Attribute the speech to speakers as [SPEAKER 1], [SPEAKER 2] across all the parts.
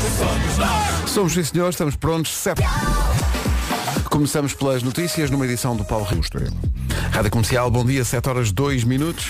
[SPEAKER 1] Somos nós.
[SPEAKER 2] Somos sim senhores, estamos prontos. Sete. Começamos pelas notícias numa edição do Paulo Risto. Rádio Comercial, bom dia, 7 horas 2 minutos.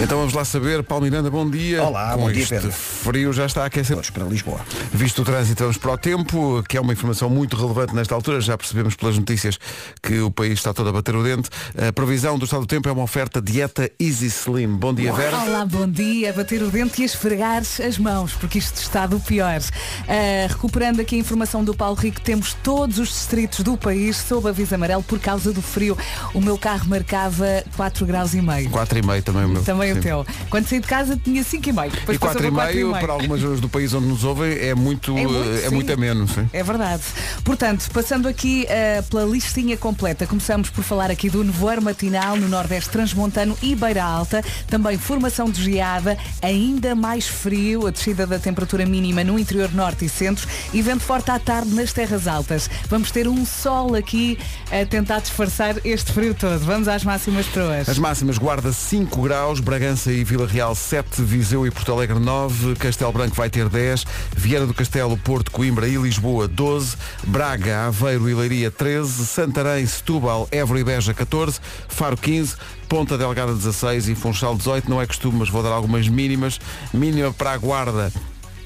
[SPEAKER 2] Então vamos lá saber, Paulo Miranda, bom dia.
[SPEAKER 3] Olá,
[SPEAKER 2] Com
[SPEAKER 3] bom dia,
[SPEAKER 2] este
[SPEAKER 3] Pedro.
[SPEAKER 2] frio já está a aquecer.
[SPEAKER 3] Todos para Lisboa.
[SPEAKER 2] Visto o trânsito, vamos para o tempo, que é uma informação muito relevante nesta altura. Já percebemos pelas notícias que o país está todo a bater o dente. A previsão do estado do tempo é uma oferta dieta Easy Slim. Bom dia, Vera.
[SPEAKER 4] Olá, bom dia. Bater o dente e esfregar as mãos, porque isto está do pior. Ah, recuperando aqui a informação do Paulo Rico, temos todos os distritos do país sob aviso amarelo por causa do frio. O meu carro marcava 4 graus e meio.
[SPEAKER 2] 4 e meio também o meu.
[SPEAKER 4] Também
[SPEAKER 2] Sim.
[SPEAKER 4] o teu. Quando saí de casa tinha 5 e meio. Depois
[SPEAKER 2] E 4
[SPEAKER 4] passou
[SPEAKER 2] e
[SPEAKER 4] para quatro e
[SPEAKER 2] meio,
[SPEAKER 4] meio.
[SPEAKER 2] para algumas zonas do país onde nos ouvem, é muito,
[SPEAKER 4] É muito,
[SPEAKER 2] eh, é
[SPEAKER 4] sim.
[SPEAKER 2] muito ameno. Sim.
[SPEAKER 4] É verdade. Portanto, passando aqui eh, pela listinha completa, começamos por falar aqui do nevoeiro matinal no Nordeste Transmontano e Beira Alta, também formação de geada, ainda mais frio, a descida da temperatura mínima no interior norte e centro e vento forte à tarde nas terras altas. Vamos ter um sol aqui a tentar disfarçar este frio todo. Vamos às máximas para
[SPEAKER 2] As
[SPEAKER 4] hoje.
[SPEAKER 2] máximas guarda 5 graus, Bragança e Vila Real 7, Viseu e Porto Alegre 9, Castelo Branco vai ter 10, Vieira do Castelo, Porto, Coimbra e Lisboa 12, Braga, Aveiro e Leiria 13, Santarém, Setúbal, Évora e Beja 14, Faro 15, Ponta Delgada 16 e Funchal 18. Não é costume, mas vou dar algumas mínimas. Mínima para a Guarda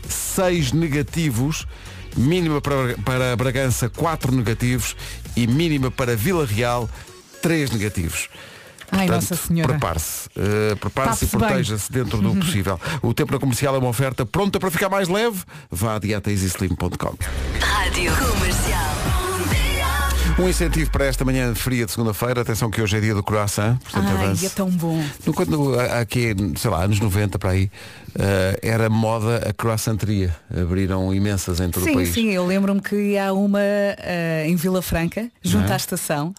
[SPEAKER 2] 6 negativos, mínima para, para Bragança 4 negativos e mínima para Vila Real 3 negativos.
[SPEAKER 4] Ai,
[SPEAKER 2] Portanto,
[SPEAKER 4] Nossa Senhora.
[SPEAKER 2] Prepare-se. Uh, prepare-se e
[SPEAKER 4] Tape-se bem.
[SPEAKER 2] proteja-se dentro do possível. O tempo na comercial é uma oferta pronta para ficar mais leve. Vá a dietaeasyslim.com.
[SPEAKER 5] Rádio Comercial.
[SPEAKER 2] Um incentivo para esta manhã fria de segunda-feira. Atenção que hoje é dia do croissant. Portanto,
[SPEAKER 4] Ai,
[SPEAKER 2] avance.
[SPEAKER 4] é tão bom.
[SPEAKER 2] No- Quando, há- há aqui, sei lá, anos 90 para aí, uh, era moda a croissanteria. Abriram imensas em todo o
[SPEAKER 4] Sim,
[SPEAKER 2] país.
[SPEAKER 4] sim, eu lembro-me que há uma ah, em Vila Franca, junto à estação,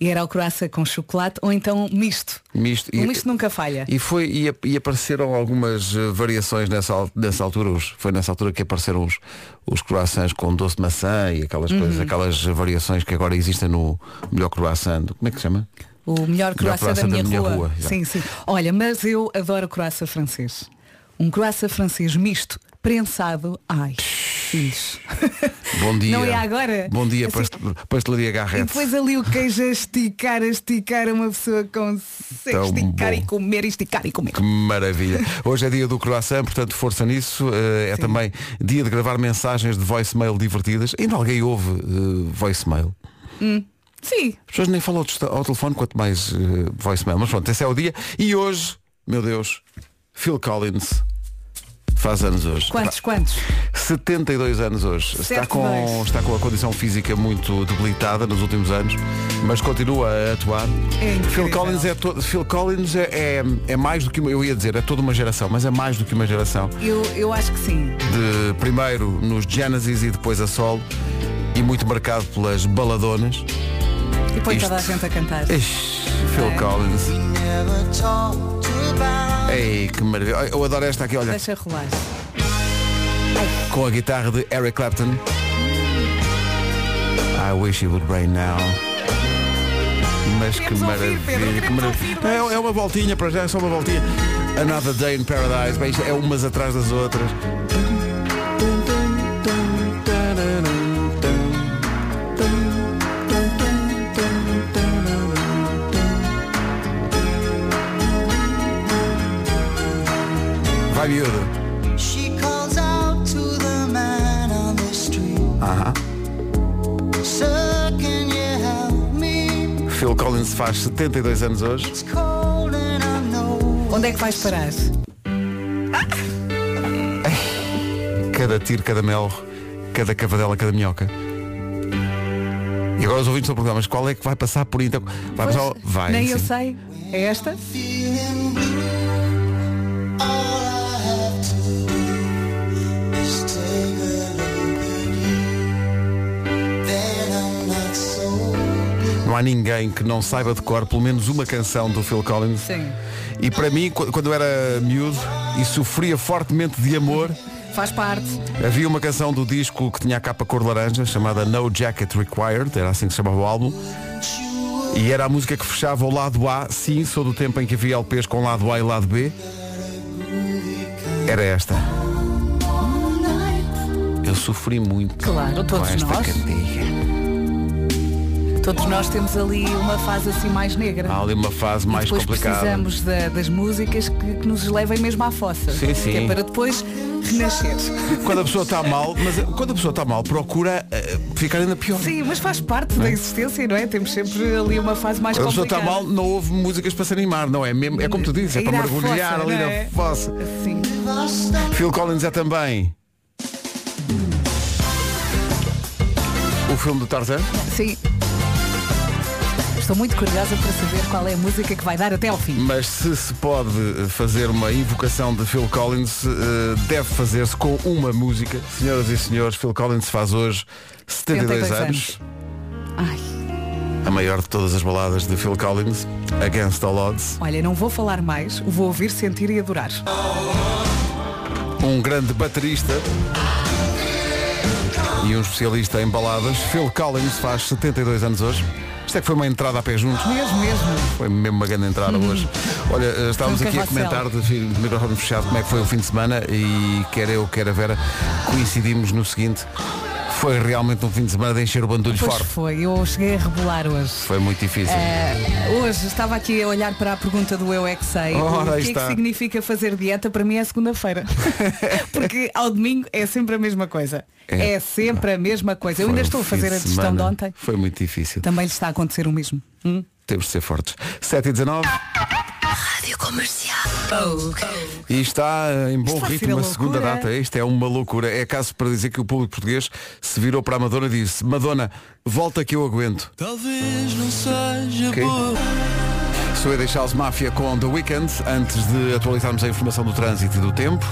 [SPEAKER 4] e era o croissant com chocolate, ou então misto.
[SPEAKER 2] Misto
[SPEAKER 4] O
[SPEAKER 2] e-
[SPEAKER 4] Um misto nunca falha.
[SPEAKER 2] E, foi, e, ap- e apareceram algumas eh, variações nessa, al- nessa altura. Os, foi nessa altura que apareceram os, os croissants com doce de maçã e
[SPEAKER 4] Uhum.
[SPEAKER 2] aquelas coisas, aquelas variações que agora existem no melhor croissant. do- Como é que se chama?
[SPEAKER 4] O melhor croissant, da, minha rua.
[SPEAKER 2] já.
[SPEAKER 4] sim, sim. Olha, mas eu adoro croissant francês. Um croissant francês misto, prensado. Ai, fixe.
[SPEAKER 2] Bom dia.
[SPEAKER 4] Não é agora?
[SPEAKER 2] Bom dia,
[SPEAKER 4] Assim-
[SPEAKER 2] past- pastelaria
[SPEAKER 4] E
[SPEAKER 2] Garrett.
[SPEAKER 4] depois ali o queijo a esticar, a esticar, uma pessoa consegue
[SPEAKER 2] Tão
[SPEAKER 4] esticar
[SPEAKER 2] bom.
[SPEAKER 4] e comer, e esticar e comer.
[SPEAKER 2] Que maravilha. Hoje é dia do croissant, portanto força nisso. Eh, é também dia de gravar mensagens de voicemail divertidas. Ainda alguém ouve eh, voicemail?
[SPEAKER 4] Sim,
[SPEAKER 2] As pessoas nem falam ao testa- ao telefone, quanto mais eh, voicemail. Mas pronto, esse é o dia. E hoje, meu Deus, Phil Collins faz anos hoje.
[SPEAKER 4] quantos, quantos?
[SPEAKER 2] Pá, 72 anos hoje. Está
[SPEAKER 4] Certo,
[SPEAKER 2] com,
[SPEAKER 4] dois.
[SPEAKER 2] está com a condição física muito debilitada nos últimos anos, mas continua a atuar.
[SPEAKER 4] É incrível.
[SPEAKER 2] Phil Collins, é, todo, Phil Collins é, é, é mais do que uma, eu ia dizer, é toda uma geração, mas é mais do que uma geração
[SPEAKER 4] Eu, eu acho que sim.
[SPEAKER 2] de primeiro nos Genesis e depois a solo e muito marcado pelas baladonas.
[SPEAKER 4] E põe
[SPEAKER 2] Isto.
[SPEAKER 4] toda a gente a cantar.
[SPEAKER 2] Ixi, Phil
[SPEAKER 4] É.
[SPEAKER 2] Collins. Ei, que maravilha. Ai, Eu adoro esta aqui, olha,
[SPEAKER 4] Deixa rolar.
[SPEAKER 2] com a guitarra de Eric Clapton. I wish it would rain now. Mas que
[SPEAKER 4] Queremos
[SPEAKER 2] maravilha.
[SPEAKER 4] ouvir, Pedro,
[SPEAKER 2] que
[SPEAKER 4] queremos
[SPEAKER 2] maravilha.
[SPEAKER 4] ouvir, mas-
[SPEAKER 2] É, é uma voltinha para já, é só uma voltinha. Another Day in Paradise. Bem, isto é umas atrás das outras. Vai miúdo.
[SPEAKER 6] She calls out to the man on the street.
[SPEAKER 2] Aham.
[SPEAKER 6] Sir, can you help me?
[SPEAKER 2] Phil Collins faz 72 anos hoje.
[SPEAKER 6] It's cold and I know.
[SPEAKER 4] Onde é que vais parar?
[SPEAKER 2] Cada tiro, cada mel, cada cavadela, cada minhoca. E agora os ouvintes estão a perguntar, mas qual é que vai passar por então? Vai
[SPEAKER 4] Pois,
[SPEAKER 2] passar. o- Vai.
[SPEAKER 4] nem
[SPEAKER 2] sim.
[SPEAKER 4] eu sei. É esta?
[SPEAKER 6] Feeling blue. All I have to do is take a look at you. Then I'm not so.
[SPEAKER 2] Não há ninguém que não saiba de cor pelo menos uma canção do Phil Collins.
[SPEAKER 4] Sim.
[SPEAKER 2] E para mim, qu- quando eu era miúdo e sofria fortemente de amor,
[SPEAKER 4] Faz parte.
[SPEAKER 2] havia uma canção do disco que tinha a capa cor laranja, chamada No Jacket Required, era assim que se chamava o álbum. E era a música que fechava o lado A, sim, sou do tempo em que havia LPs com lado A e lado B. Era esta. Eu sofri muito
[SPEAKER 4] Claro, todos
[SPEAKER 2] com esta
[SPEAKER 4] nós.
[SPEAKER 2] cantiga.
[SPEAKER 4] Todos nós temos ali uma fase assim mais negra.
[SPEAKER 2] Há ali uma fase
[SPEAKER 4] E
[SPEAKER 2] Ah, mais
[SPEAKER 4] depois
[SPEAKER 2] complicada.
[SPEAKER 4] precisamos da- das músicas que, que nos levem mesmo à fossa.
[SPEAKER 2] Sim,
[SPEAKER 4] Que
[SPEAKER 2] sim.
[SPEAKER 4] é para depois renascer.
[SPEAKER 2] Quando a pessoa está mal, mas eh, quando a pessoa está mal, procura eh, ficar ainda pior.
[SPEAKER 4] Sim, mas faz parte da existência, não é? Temos sempre ali uma fase mais
[SPEAKER 2] Quando a pessoa
[SPEAKER 4] complicada.
[SPEAKER 2] está mal, não houve músicas para se animar, não é? Mesmo, é como tu dizes, é
[SPEAKER 4] Ir
[SPEAKER 2] para
[SPEAKER 4] à
[SPEAKER 2] mergulhar
[SPEAKER 4] fossa,
[SPEAKER 2] ali
[SPEAKER 4] não
[SPEAKER 2] na
[SPEAKER 4] é?
[SPEAKER 2] fossa.
[SPEAKER 4] Sim.
[SPEAKER 2] Phil Collins é também. O filme do Tarzan?
[SPEAKER 4] Sim. Estou muito curiosa para saber qual é a música que vai dar até ao fim.
[SPEAKER 2] Mas se se pode eh, fazer uma invocação de Phil Collins, eh, deve fazer-se com uma música. Senhoras e senhores, Phil Collins faz hoje 72
[SPEAKER 4] 72
[SPEAKER 2] anos.
[SPEAKER 4] Ai,
[SPEAKER 2] A maior de todas as baladas de Phil Collins, Against All Odds.
[SPEAKER 4] olha, não vou falar mais, vou ouvir, sentir e adorar.
[SPEAKER 2] Um grande baterista e um especialista em baladas. Phil Collins faz 72 anos hoje. Isto é que foi uma entrada a pé juntos.
[SPEAKER 4] Mesmo, mesmo.
[SPEAKER 2] Foi mesmo uma grande entrada hoje. Olha, eh, estávamos
[SPEAKER 4] Uhum. Foi um
[SPEAKER 2] aqui a
[SPEAKER 4] carrossel.
[SPEAKER 2] comentar de, fi- de microfone fechado como é que foi o fim de semana e quer eu, quer a Vera, coincidimos no seguinte. Foi realmente um fim de semana de encher o bandulho
[SPEAKER 4] Pois
[SPEAKER 2] forte.
[SPEAKER 4] foi, eu cheguei a rebolar hoje.
[SPEAKER 2] Foi muito difícil.
[SPEAKER 4] Eh, hoje estava aqui a olhar para a pergunta do Eu é que sei.
[SPEAKER 2] Ora,
[SPEAKER 4] o
[SPEAKER 2] Oh, aí
[SPEAKER 4] que é
[SPEAKER 2] está.
[SPEAKER 4] que significa fazer dieta? Para mim é segunda-feira. Porque ao domingo é sempre a mesma coisa.
[SPEAKER 2] É.
[SPEAKER 4] É, sempre a mesma coisa. eu
[SPEAKER 2] Foi
[SPEAKER 4] ainda
[SPEAKER 2] um
[SPEAKER 4] estou a
[SPEAKER 2] fim
[SPEAKER 4] fazer
[SPEAKER 2] de
[SPEAKER 4] a digestão
[SPEAKER 2] semana.
[SPEAKER 4] de ontem.
[SPEAKER 2] Foi muito difícil.
[SPEAKER 4] Também lhe está a acontecer o mesmo. Hum?
[SPEAKER 2] Temos de ser fortes. 7 e 19
[SPEAKER 5] Rádio Comercial.
[SPEAKER 2] e está eh, em bom
[SPEAKER 4] Isto vai ser
[SPEAKER 2] ritmo
[SPEAKER 4] a
[SPEAKER 2] a segunda
[SPEAKER 4] loucura.
[SPEAKER 2] data. Isto é uma loucura. É caso para dizer que o público português se virou para a Madonna e disse Madonna, volta que eu aguento.
[SPEAKER 6] Talvez não seja
[SPEAKER 2] Ok.
[SPEAKER 6] boa.
[SPEAKER 2] Suede Charles Máfia com The Weekend, antes de atualizarmos a informação do trânsito e do tempo.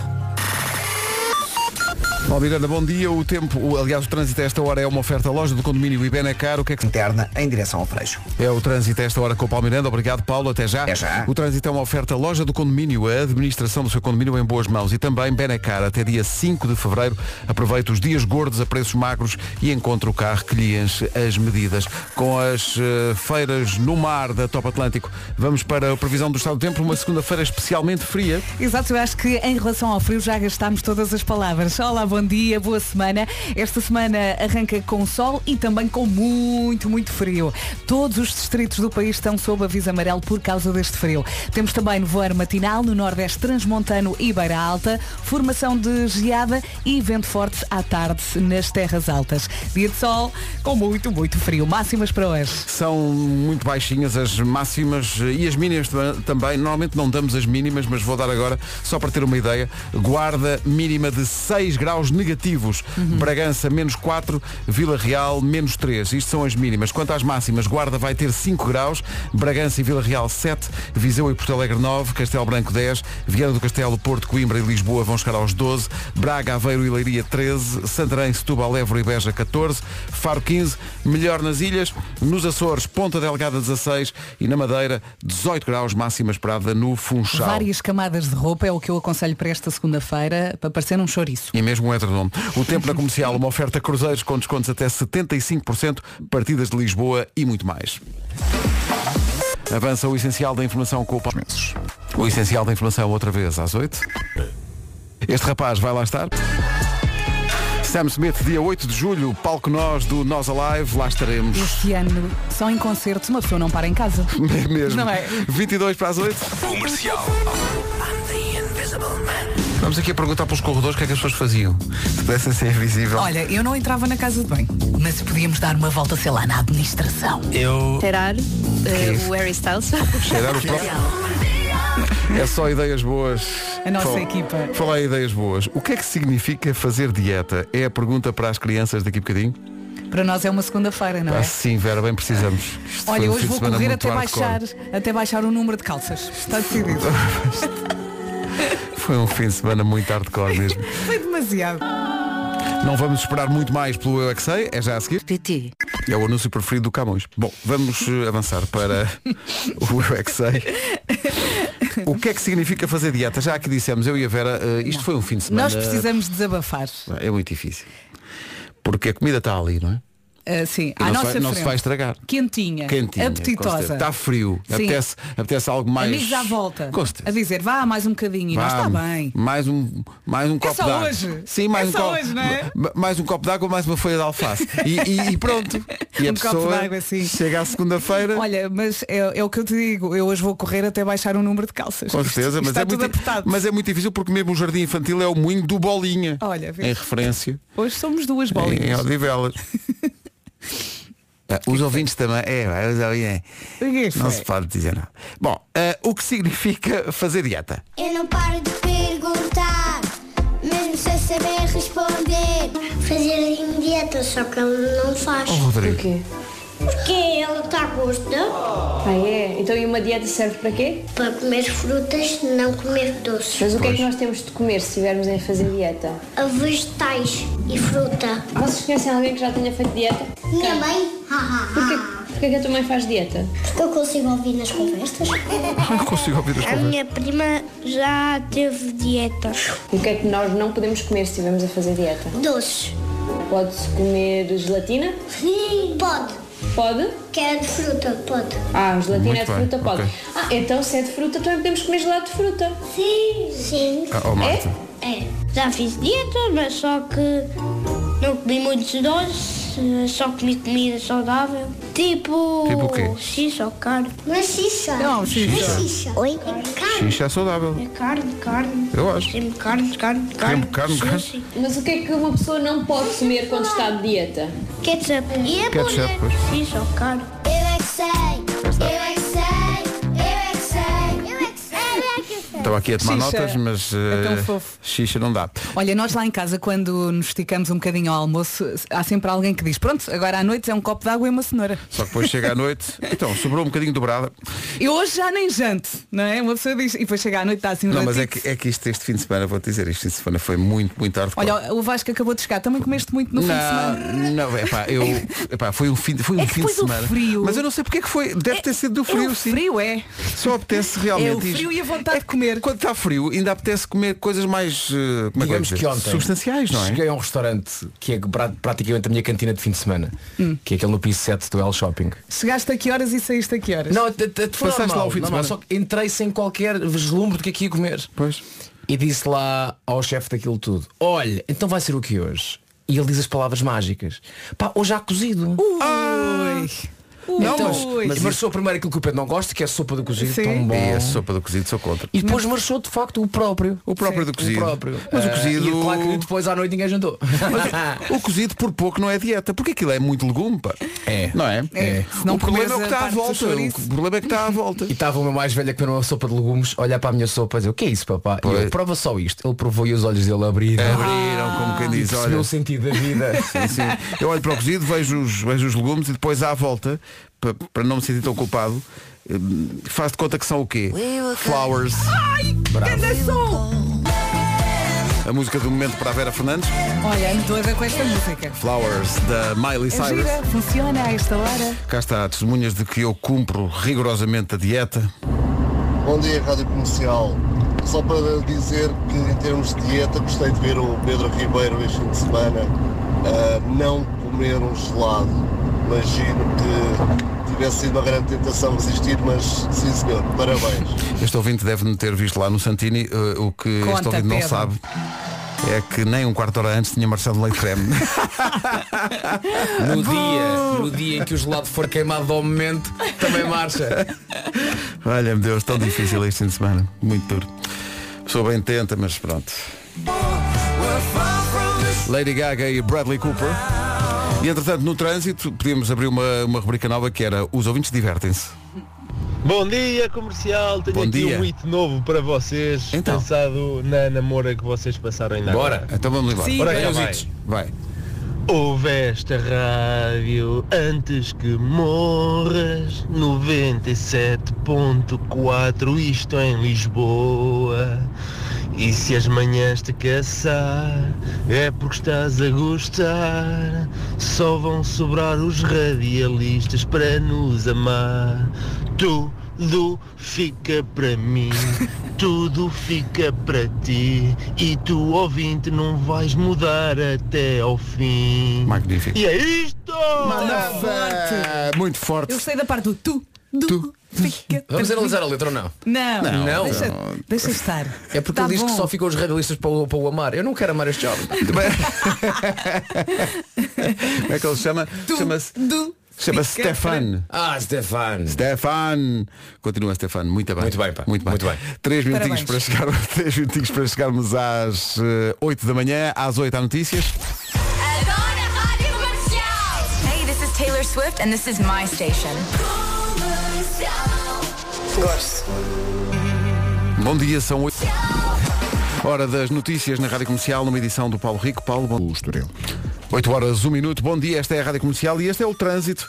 [SPEAKER 2] Bom, Miranda, bom dia. O tempo, o- aliás, o trânsito a esta hora é uma oferta à loja do condomínio Ibenacar. O que é que
[SPEAKER 1] interna em direção ao Freixo.
[SPEAKER 2] é o trânsito a esta hora com o Paulo Miranda? Obrigado, Paulo. Até já.
[SPEAKER 1] Até já.
[SPEAKER 2] O trânsito é uma oferta à loja do condomínio, a administração do seu condomínio em boas mãos e também Benacar. Até dia 5 de fevereiro, aproveita os dias gordos a preços magros e encontra o carro que lhe enche as medidas. Com as eh, feiras no mar da Top Atlântico, vamos para a previsão do estado do tempo, uma segunda-feira especialmente fria.
[SPEAKER 4] Exato, eu acho que em relação ao frio já gastámos todas as palavras. Olá, bom dia, boa semana. Esta semana arranca com sol e também com muito, muito frio. Todos os distritos do país estão sob aviso amarelo por causa deste frio. Temos também nevoeiro matinal no Nordeste Transmontano e Beira Alta, formação de geada e vento forte à tarde nas terras altas. Dia de sol com muito, muito frio. Máximas para hoje.
[SPEAKER 2] São muito baixinhas as máximas eh, e as mínimas tam- também. Normalmente não damos as mínimas, mas vou dar agora, só para ter uma ideia. Guarda mínima de 6 graus negativos. Bragança, menos 4. Vila Real, menos 3. Isto são as mínimas. Quanto às máximas, Guarda vai ter 5 graus. Bragança e Vila Real, 7. Viseu e Porto Alegre, 9. Castelo Branco, 10. Viana do Castelo, Porto, Coimbra e Lisboa vão chegar aos 12. Braga, Aveiro e Leiria, 13. Santarém, Setúbal, Évora e Beja, 14. Faro, 15. Melhor nas ilhas. Nos Açores, Ponta Delgada, 16. E na Madeira, 18 graus máxima esperada no Funchal.
[SPEAKER 4] Várias camadas de roupa é o que eu aconselho para esta segunda-feira, para parecer um chouriço.
[SPEAKER 2] E mesmo um heteronome. O tempo na comercial, uma oferta a cruzeiros com descontos até 75%, partidas de Lisboa e muito mais. Avança o essencial da informação com o Paulo Mendes. O essencial da informação outra vez às 8. Este rapaz vai lá estar. Sam Smith, dia 8 de julho, palco nós do Nós Alive, lá estaremos.
[SPEAKER 4] Este ano, só em concertos, uma pessoa não para em casa.
[SPEAKER 2] Mesmo.
[SPEAKER 4] Não é?
[SPEAKER 2] 22 para as 8. Vamos aqui a perguntar pelos corredores o que é que as pessoas faziam. Se pudessem ser invisível.
[SPEAKER 4] Olha, eu não entrava na casa de banho, mas podíamos dar uma volta, sei lá, na administração.
[SPEAKER 2] Eu
[SPEAKER 3] Cheirar eh, o Harry Styles.
[SPEAKER 2] cheirar o próprio. É só ideias boas.
[SPEAKER 4] A nossa
[SPEAKER 2] Fala-
[SPEAKER 4] equipa.
[SPEAKER 2] Falar em ideias boas. O que é que significa fazer dieta? É a pergunta para as crianças daqui a bocadinho.
[SPEAKER 4] Para nós é uma segunda-feira, não
[SPEAKER 2] Ah,
[SPEAKER 4] é?
[SPEAKER 2] sim, Vera, bem precisamos. Isto foi
[SPEAKER 4] Olha,
[SPEAKER 2] um
[SPEAKER 4] hoje
[SPEAKER 2] fim de
[SPEAKER 4] vou
[SPEAKER 2] semana
[SPEAKER 4] correr
[SPEAKER 2] muito
[SPEAKER 4] até
[SPEAKER 2] hardcore.
[SPEAKER 4] baixar, até baixar o número de calças. Está decidido.
[SPEAKER 2] Foi um fim de semana muito hardcore mesmo.
[SPEAKER 4] Foi demasiado.
[SPEAKER 2] Não vamos esperar muito mais pelo Eu é que sei, é já a seguir.
[SPEAKER 5] PT.
[SPEAKER 2] É o anúncio preferido do Camões. Bom, vamos eh, avançar para o Eu é que sei. O que é que significa fazer dieta? Já aqui dissemos, eu e a Vera, eh, isto foi um fim de semana.
[SPEAKER 4] Nós precisamos desabafar.
[SPEAKER 2] É muito difícil. Porque a comida está ali, não é?
[SPEAKER 4] ah, sim, à
[SPEAKER 2] não, se
[SPEAKER 4] nossa
[SPEAKER 2] vai, não se
[SPEAKER 4] frente.
[SPEAKER 2] vai estragar.
[SPEAKER 4] Quentinha,
[SPEAKER 2] Quentinha.
[SPEAKER 4] apetitosa.
[SPEAKER 2] Está frio.
[SPEAKER 4] Sim.
[SPEAKER 2] Apetece, apetece algo mais.
[SPEAKER 4] Amigos à volta.
[SPEAKER 2] Com certeza.
[SPEAKER 4] A dizer, vá mais um bocadinho. Mas
[SPEAKER 2] Vá,
[SPEAKER 4] está bem. É
[SPEAKER 2] Mais um, mais um copo
[SPEAKER 4] só
[SPEAKER 2] d'água.
[SPEAKER 4] hoje.
[SPEAKER 2] Sim, mais
[SPEAKER 4] É
[SPEAKER 2] um
[SPEAKER 4] só
[SPEAKER 2] copo.
[SPEAKER 4] hoje, não é?
[SPEAKER 2] ma- Mais um copo d'água, mais uma folha de alface. E, e- e pronto. E a
[SPEAKER 4] Um copo
[SPEAKER 2] pessoa
[SPEAKER 4] d'água, sim.
[SPEAKER 2] chega à segunda-feira.
[SPEAKER 4] Olha, mas é, é o que eu te digo. Eu hoje vou correr até baixar o número de calças.
[SPEAKER 2] Com certeza,
[SPEAKER 4] Isto
[SPEAKER 2] mas
[SPEAKER 4] está
[SPEAKER 2] é,
[SPEAKER 4] tudo
[SPEAKER 2] muito,
[SPEAKER 4] apertado.
[SPEAKER 2] mas é muito difícil porque mesmo o jardim infantil é o moinho do bolinha.
[SPEAKER 4] Olha, vês?
[SPEAKER 2] em referência.
[SPEAKER 4] Hoje somos duas
[SPEAKER 2] Em
[SPEAKER 4] bolinhas.
[SPEAKER 2] Odivelas. Ah, Os ouvintes também. É, vai, os ouvintes.
[SPEAKER 4] O que é que
[SPEAKER 2] Não
[SPEAKER 4] foi?
[SPEAKER 2] se pode dizer nada. Bom, ah, o que significa fazer dieta?
[SPEAKER 1] Eu não paro de perguntar, mesmo sem saber responder. Fazer dieta, só que ele não faz.
[SPEAKER 2] Oh, Rodrigo.
[SPEAKER 7] quê?
[SPEAKER 1] Porque ele tá está gordo
[SPEAKER 7] Ah é? Então e uma dieta serve para quê?
[SPEAKER 1] para comer frutas, não comer doces.
[SPEAKER 7] Mas o que é que nós temos de comer se estivermos a fazer dieta?
[SPEAKER 1] Vegetais e fruta.
[SPEAKER 7] Vocês conhecem alguém que já tenha feito dieta?
[SPEAKER 1] Minha mãe,
[SPEAKER 7] Porquê,
[SPEAKER 1] hahaha.
[SPEAKER 7] porquê que a tua mãe faz dieta?
[SPEAKER 1] Porque eu consigo ouvir nas conversas.
[SPEAKER 2] Ah, Não consigo ouvir as conversas.
[SPEAKER 1] prima já teve dieta.
[SPEAKER 7] E O que é que nós não podemos comer se estivermos a fazer dieta?
[SPEAKER 1] Doces.
[SPEAKER 7] Pode-se comer gelatina?
[SPEAKER 1] Pode.
[SPEAKER 7] Pode?
[SPEAKER 1] Quer de fruta, pode.
[SPEAKER 7] Ah, gelatina
[SPEAKER 2] Muito
[SPEAKER 7] é de
[SPEAKER 2] bem,
[SPEAKER 7] fruta? Pode.
[SPEAKER 2] ok.
[SPEAKER 7] Ah, então se é de fruta também podemos comer gelado de fruta.
[SPEAKER 1] Sim. Sim.
[SPEAKER 2] Ah, oh, Marta.
[SPEAKER 1] É, já fiz dieta, mas só que não comi muitos doces, é só comi comida saudável. Tipo.
[SPEAKER 2] Tipo o quê?
[SPEAKER 1] Xixa ou carne. Não é xixa.
[SPEAKER 4] Não, sim.
[SPEAKER 1] xixa. Oi? É carne.
[SPEAKER 2] Xincha é saudável.
[SPEAKER 1] É carne, carne.
[SPEAKER 2] Eu acho.
[SPEAKER 1] Sempre carne, carne,
[SPEAKER 2] Carne,
[SPEAKER 1] carne.
[SPEAKER 2] carne, carne.
[SPEAKER 1] Sushi.
[SPEAKER 7] Mas o que é que uma pessoa não pode comer quando está de dieta?
[SPEAKER 1] Ketchup. E a
[SPEAKER 2] Ketchup, pois.
[SPEAKER 1] Xixa ou carne. Eu é que sei. Eu é que sei. Eu é que sei. Eu é que sei. Eu é que sei.
[SPEAKER 2] Estava aqui a tomar
[SPEAKER 4] Xixa.
[SPEAKER 2] notas, mas
[SPEAKER 4] É tão
[SPEAKER 2] eh,
[SPEAKER 4] fofo.
[SPEAKER 2] xixa não dá.
[SPEAKER 4] Olha, nós lá em casa, quando nos esticamos um bocadinho ao almoço, há sempre alguém que diz, pronto, agora à noite é um copo de água e uma cenoura.
[SPEAKER 2] Só que depois chega à noite. Então, sobrou um bocadinho dobrada.
[SPEAKER 4] Eu hoje já nem janto, não é? Uma pessoa diz, e depois chega à noite está assim um
[SPEAKER 2] Não, mas é
[SPEAKER 4] ratito.
[SPEAKER 2] que, é que isto este fim de semana, vou-te dizer, este fim de semana foi muito, muito hardcore.
[SPEAKER 4] Olha, o Vasco acabou de chegar, também comeste muito no fim de semana.
[SPEAKER 2] não, não, é pá, eu, epá, foi um fim, de- foi um
[SPEAKER 4] É que
[SPEAKER 2] fim de
[SPEAKER 4] depois o
[SPEAKER 2] semana.
[SPEAKER 4] frio-
[SPEAKER 2] Mas eu não sei porque é que foi. Deve ter sido do frio,
[SPEAKER 4] é o
[SPEAKER 2] sim.
[SPEAKER 4] frio, é.
[SPEAKER 2] Só apetece realmente.
[SPEAKER 4] É o frio
[SPEAKER 2] isto.
[SPEAKER 4] e a vontade de comer.
[SPEAKER 2] Quando está frio, ainda apetece comer coisas mais eh, como é que eu ia
[SPEAKER 8] Digamos
[SPEAKER 2] dizer?
[SPEAKER 8] que ontem
[SPEAKER 2] substanciais, não é?
[SPEAKER 8] Cheguei a um restaurante que é pra- praticamente a minha cantina de fim de semana,
[SPEAKER 2] Hum.
[SPEAKER 8] que é aquele no piso 7 do El Shopping.
[SPEAKER 4] Chegaste a que horas e saíste a que horas?
[SPEAKER 8] Não, te, te, te foi
[SPEAKER 2] Passaste
[SPEAKER 8] normal,
[SPEAKER 2] lá o fim de
[SPEAKER 8] normal,
[SPEAKER 2] semana?
[SPEAKER 8] Só que entrei sem qualquer vislumbre do que é que ia comer.
[SPEAKER 2] Pois.
[SPEAKER 8] E disse lá ao chefe daquilo tudo, olha, então vai ser o que hoje? E ele diz as palavras mágicas. Pá, hoje há cozido.
[SPEAKER 4] Ui.
[SPEAKER 8] Então,
[SPEAKER 4] Ui.
[SPEAKER 8] mas marchou primeiro aquilo que o Pedro não gosta, que é a sopa do cozido,
[SPEAKER 4] Sim.
[SPEAKER 8] tão bom.
[SPEAKER 2] E É a sopa do cozido sou contra.
[SPEAKER 8] E depois marchou de facto o próprio.
[SPEAKER 2] O próprio do cozido.
[SPEAKER 8] O próprio.
[SPEAKER 2] Mas o
[SPEAKER 8] Ah,
[SPEAKER 2] cozido.
[SPEAKER 8] E claro que depois à noite ninguém jantou.
[SPEAKER 2] Mas o cozido por pouco não é dieta, porque aquilo é muito legume, pá.
[SPEAKER 8] É.
[SPEAKER 2] Não é?
[SPEAKER 4] É. Se não
[SPEAKER 2] o problema
[SPEAKER 4] comes
[SPEAKER 2] é o que está
[SPEAKER 4] a
[SPEAKER 2] à
[SPEAKER 4] parte do
[SPEAKER 2] volta.
[SPEAKER 4] chouriço.
[SPEAKER 2] O problema é que está à volta.
[SPEAKER 8] E estava uma mais velha que comer uma sopa de legumes, olhar para a minha sopa e dizer, o que é isso papá? E
[SPEAKER 2] Pois.
[SPEAKER 8] eu, prova só isto. Ele provou e os olhos dele É, abriram. um Ah,
[SPEAKER 2] Abriram, como
[SPEAKER 4] Ah,
[SPEAKER 2] quem diz,
[SPEAKER 8] Percebeu
[SPEAKER 2] olha.
[SPEAKER 8] o sentido da vida.
[SPEAKER 2] Sim, sim. Eu olho para o cozido, vejo os, vejo os legumes e depois à volta, pa- para não me sentir tão culpado, hum, faço de conta que são o quê? Flowers.
[SPEAKER 4] Ganda som!
[SPEAKER 2] A música do momento para a Vera Fernandes.
[SPEAKER 4] Olha, me doida com esta música.
[SPEAKER 2] Flowers, da Miley
[SPEAKER 4] É
[SPEAKER 2] Cyrus.
[SPEAKER 4] gira, funciona a esta hora.
[SPEAKER 2] Cá está, testemunhas de que eu cumpro rigorosamente a dieta.
[SPEAKER 9] Bom dia, é Rádio Comercial. Só para dizer que, em termos de dieta, gostei de ver o Pedro Ribeiro este fim de semana ah, não comer um gelado. Imagino que tivesse sido uma grande tentação resistir, mas sim, senhor, parabéns.
[SPEAKER 2] Este ouvinte deve-me ter visto lá no Santini, eh, o que
[SPEAKER 4] Conta,
[SPEAKER 2] este ouvinte não
[SPEAKER 4] Pedro.
[SPEAKER 2] sabe. É que nem um quarto de hora antes tinha Marcelo Leite Creme.
[SPEAKER 8] No dia, no dia em que o gelado for queimado ao momento, também marcha.
[SPEAKER 2] Olha, meu Deus, tão difícil este fim de semana. Muito duro. Sou bem tenta, mas pronto. Lady Gaga e Bradley Cooper. E entretanto, no trânsito, podíamos abrir uma, uma rubrica nova que era Os ouvintes divertem-se.
[SPEAKER 10] Bom dia, comercial. Tenho
[SPEAKER 2] Bom
[SPEAKER 10] aqui
[SPEAKER 2] dia.
[SPEAKER 10] um hit novo para vocês,
[SPEAKER 2] Então.
[SPEAKER 10] pensado na namora que vocês passaram ainda.
[SPEAKER 8] Bora.
[SPEAKER 10] agora.
[SPEAKER 2] Então vamos embora.
[SPEAKER 4] Sim.
[SPEAKER 10] Ora,
[SPEAKER 8] Bem,
[SPEAKER 10] cá
[SPEAKER 8] os
[SPEAKER 10] vai.
[SPEAKER 8] hits.
[SPEAKER 2] Vai.
[SPEAKER 10] Ouve esta rádio antes que morras 97.4 isto em Lisboa E se as manhãs te caçar é porque estás a gostar Só vão sobrar os radialistas para nos amar Tudo fica para mim Tudo fica para ti e tu ouvinte não vais mudar até ao fim.
[SPEAKER 2] Magnífico.
[SPEAKER 10] E é isto!
[SPEAKER 2] Manda forte. Muito forte.
[SPEAKER 4] Eu gostei da parte do tu, do, fica
[SPEAKER 8] Vamos
[SPEAKER 4] tranquilo.
[SPEAKER 8] analisar a letra ou não?
[SPEAKER 4] Não,
[SPEAKER 8] Não, não.
[SPEAKER 4] Deixa, deixa estar.
[SPEAKER 8] É porque
[SPEAKER 4] Tá
[SPEAKER 8] ele diz que
[SPEAKER 4] bom.
[SPEAKER 8] só ficam os rebalistas para o, para o amar. Eu não quero amar este jovem.
[SPEAKER 2] Como é que ele se chama? Chama-se
[SPEAKER 4] Du.
[SPEAKER 2] chama-se
[SPEAKER 8] Fica-
[SPEAKER 2] Stefan.
[SPEAKER 8] Ah, Stefan.
[SPEAKER 2] Stefan. Continua Stefan, muito bem.
[SPEAKER 8] Muito bem, pá.
[SPEAKER 2] Muito bem.
[SPEAKER 8] Muito bem.
[SPEAKER 2] Três minutinhos
[SPEAKER 4] Parabéns.
[SPEAKER 2] para, chegar, três minutinhos para chegarmos às 8 da manhã, às 8 há notícias.
[SPEAKER 5] Adoro a Rádio Comercial.
[SPEAKER 3] Hey, this is Taylor Swift and this is my station.
[SPEAKER 2] Bom dia, são 8. Hora das notícias na Rádio Comercial, numa edição do Paulo Rico. Paulo, bom... O 8 horas, 1 minuto. Bom dia, esta é a Rádio Comercial e este é o trânsito.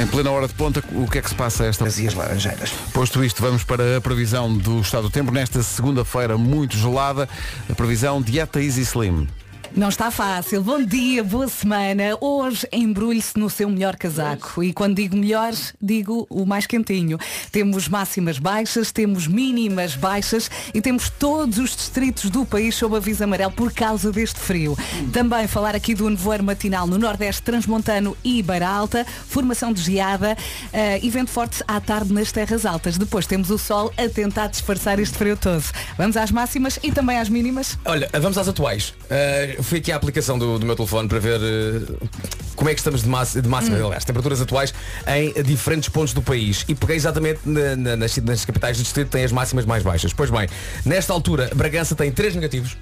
[SPEAKER 2] Em plena hora de ponta, o que é que se passa a esta
[SPEAKER 8] E as laranjeiras.
[SPEAKER 2] Posto isto, vamos para a previsão do estado do tempo. Nesta segunda-feira muito gelada, a previsão Dieta Easy Slim.
[SPEAKER 4] Não está fácil. Bom dia, boa semana. Hoje embrulhe-se no seu melhor casaco. E quando digo melhor, digo o mais quentinho. Temos máximas baixas, temos mínimas baixas e temos todos os distritos do país sob aviso amarelo por causa deste frio. Também falar aqui do nevoeiro matinal no Nordeste Transmontano e Beira Alta, formação de geada eh, e vento forte à tarde nas terras altas. Depois temos o sol a tentar disfarçar este frio todo. Vamos às máximas e também às mínimas.
[SPEAKER 8] Olha, vamos às atuais. Uh, fui aqui à aplicação do, do meu telefone para ver uh, como é que estamos de, massa, de máxima, aliás, temperaturas atuais em diferentes pontos do país. E peguei exatamente na- na- nas, ci- nas capitais do distrito que têm as máximas mais baixas. Pois bem, nesta altura, Bragança tem 3 negativos.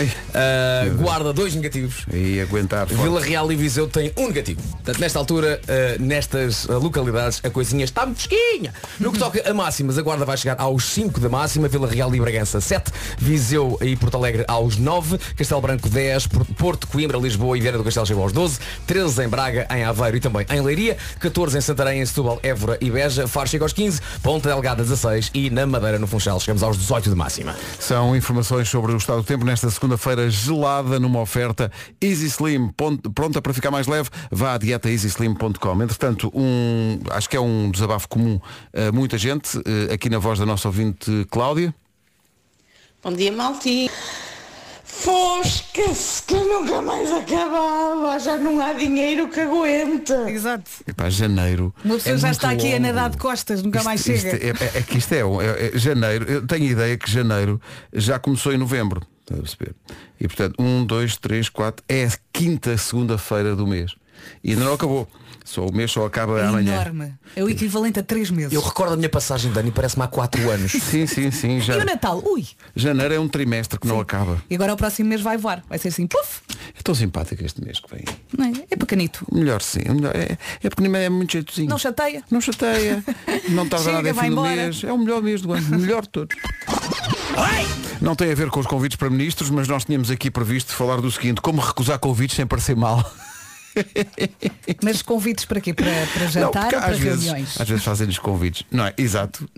[SPEAKER 8] Uh, Guarda 2 negativos.
[SPEAKER 2] E aguentar. forte.
[SPEAKER 8] Vila Real e Viseu têm um negativo. Portanto, nesta altura, eh, nestas eh, localidades, a coisinha está fresquinha. No que toca a máximas, a guarda vai chegar aos 5 da máxima, Vila Real e Bragança 7, Viseu e Porto Alegre aos 9, Castelo Branco 10, Por- Porto, Coimbra, Lisboa e Viana do Castelo chegam aos 12, 13 em Braga, em Aveiro e também em Leiria, 14 em Santarém, em Setúbal, Évora e Beja, Faro chega aos 15, Ponta Delgada 16 e na Madeira, no Funchal, chegamos aos 18 de máxima.
[SPEAKER 2] São informações sobre o estado do tempo nesta segunda-feira gelada numa oferta Easy Slim. Pon- Pronta para ficar mais leve, vá a dietaeasyslim.com. Entretanto, um, acho que é um desabafo comum a muita gente, eh, aqui na voz da nossa ouvinte Cláudia.
[SPEAKER 11] Bom dia, Malti. Fosca-se que nunca mais acabava. Já não há dinheiro que aguente.
[SPEAKER 4] Exato.
[SPEAKER 2] Epá, janeiro.
[SPEAKER 4] Uma pessoa
[SPEAKER 2] é
[SPEAKER 4] já
[SPEAKER 2] muito
[SPEAKER 4] está aqui a
[SPEAKER 2] longo.
[SPEAKER 4] nadar de costas, nunca mais
[SPEAKER 2] Isto-
[SPEAKER 4] chega.
[SPEAKER 2] isto é, é que isto é, um- é- é janeiro, eu tenho a ideia que janeiro já começou em novembro. Está a perceber? E portanto, um, dois, três, quatro, é a quinta segunda-feira do mês. E ainda não acabou. Só o mês só acaba
[SPEAKER 4] É
[SPEAKER 2] amanhã.
[SPEAKER 4] enorme. É o equivalente a três meses.
[SPEAKER 8] Eu recordo a minha passagem de ano e parece-me há 4 anos.
[SPEAKER 2] Sim, sim, sim. Já...
[SPEAKER 4] E o Natal? Ui!
[SPEAKER 2] Janeiro é um trimestre que não acaba.
[SPEAKER 4] E agora o próximo mês vai voar. Vai ser assim, puf!
[SPEAKER 2] É tão simpático este mês que vem.
[SPEAKER 4] Não é? É pequenito.
[SPEAKER 2] Melhor sim. Melhor... É, é porque nem é muito jeitozinho.
[SPEAKER 4] Não chateia.
[SPEAKER 2] Não chateia. Não tarda
[SPEAKER 4] Chega,
[SPEAKER 2] nada em
[SPEAKER 4] vai
[SPEAKER 2] fim do
[SPEAKER 4] embora.
[SPEAKER 2] mês. É o melhor mês do ano. Melhor de todos. Não tem a ver com os convites para ministros, mas nós tínhamos aqui previsto falar do seguinte, como recusar convites sem parecer mal.
[SPEAKER 4] Mas convites para quê? Para, para
[SPEAKER 2] Não,
[SPEAKER 4] jantar
[SPEAKER 2] porque
[SPEAKER 4] ou para
[SPEAKER 2] às
[SPEAKER 4] reuniões?
[SPEAKER 2] vezes, às vezes fazem-lhes convites. Não é? Exato.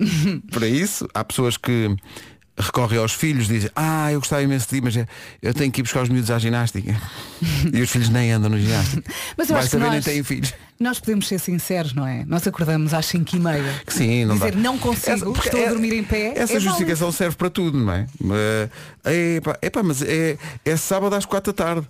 [SPEAKER 2] para isso, há pessoas que recorrem aos filhos, dizem, ah, eu gostava imenso de ir, mas é- eu tenho que ir buscar os miúdos à ginástica. e os filhos nem andam no ginástica.
[SPEAKER 4] Mas eu
[SPEAKER 2] Vai
[SPEAKER 4] acho que
[SPEAKER 2] saber, nem
[SPEAKER 4] nós-
[SPEAKER 2] têm filhos.
[SPEAKER 4] Nós podemos ser sinceros, não é? Nós acordamos às 5 e meia.
[SPEAKER 2] Que Sim, não
[SPEAKER 4] Dizer
[SPEAKER 2] dá.
[SPEAKER 4] não consigo,
[SPEAKER 2] porque
[SPEAKER 4] estou a
[SPEAKER 2] é-
[SPEAKER 4] dormir em pé,
[SPEAKER 2] Essa
[SPEAKER 4] é
[SPEAKER 2] justificação serve para tudo, não é? Eh, epá, epá, mas é, é sábado às quatro da tarde.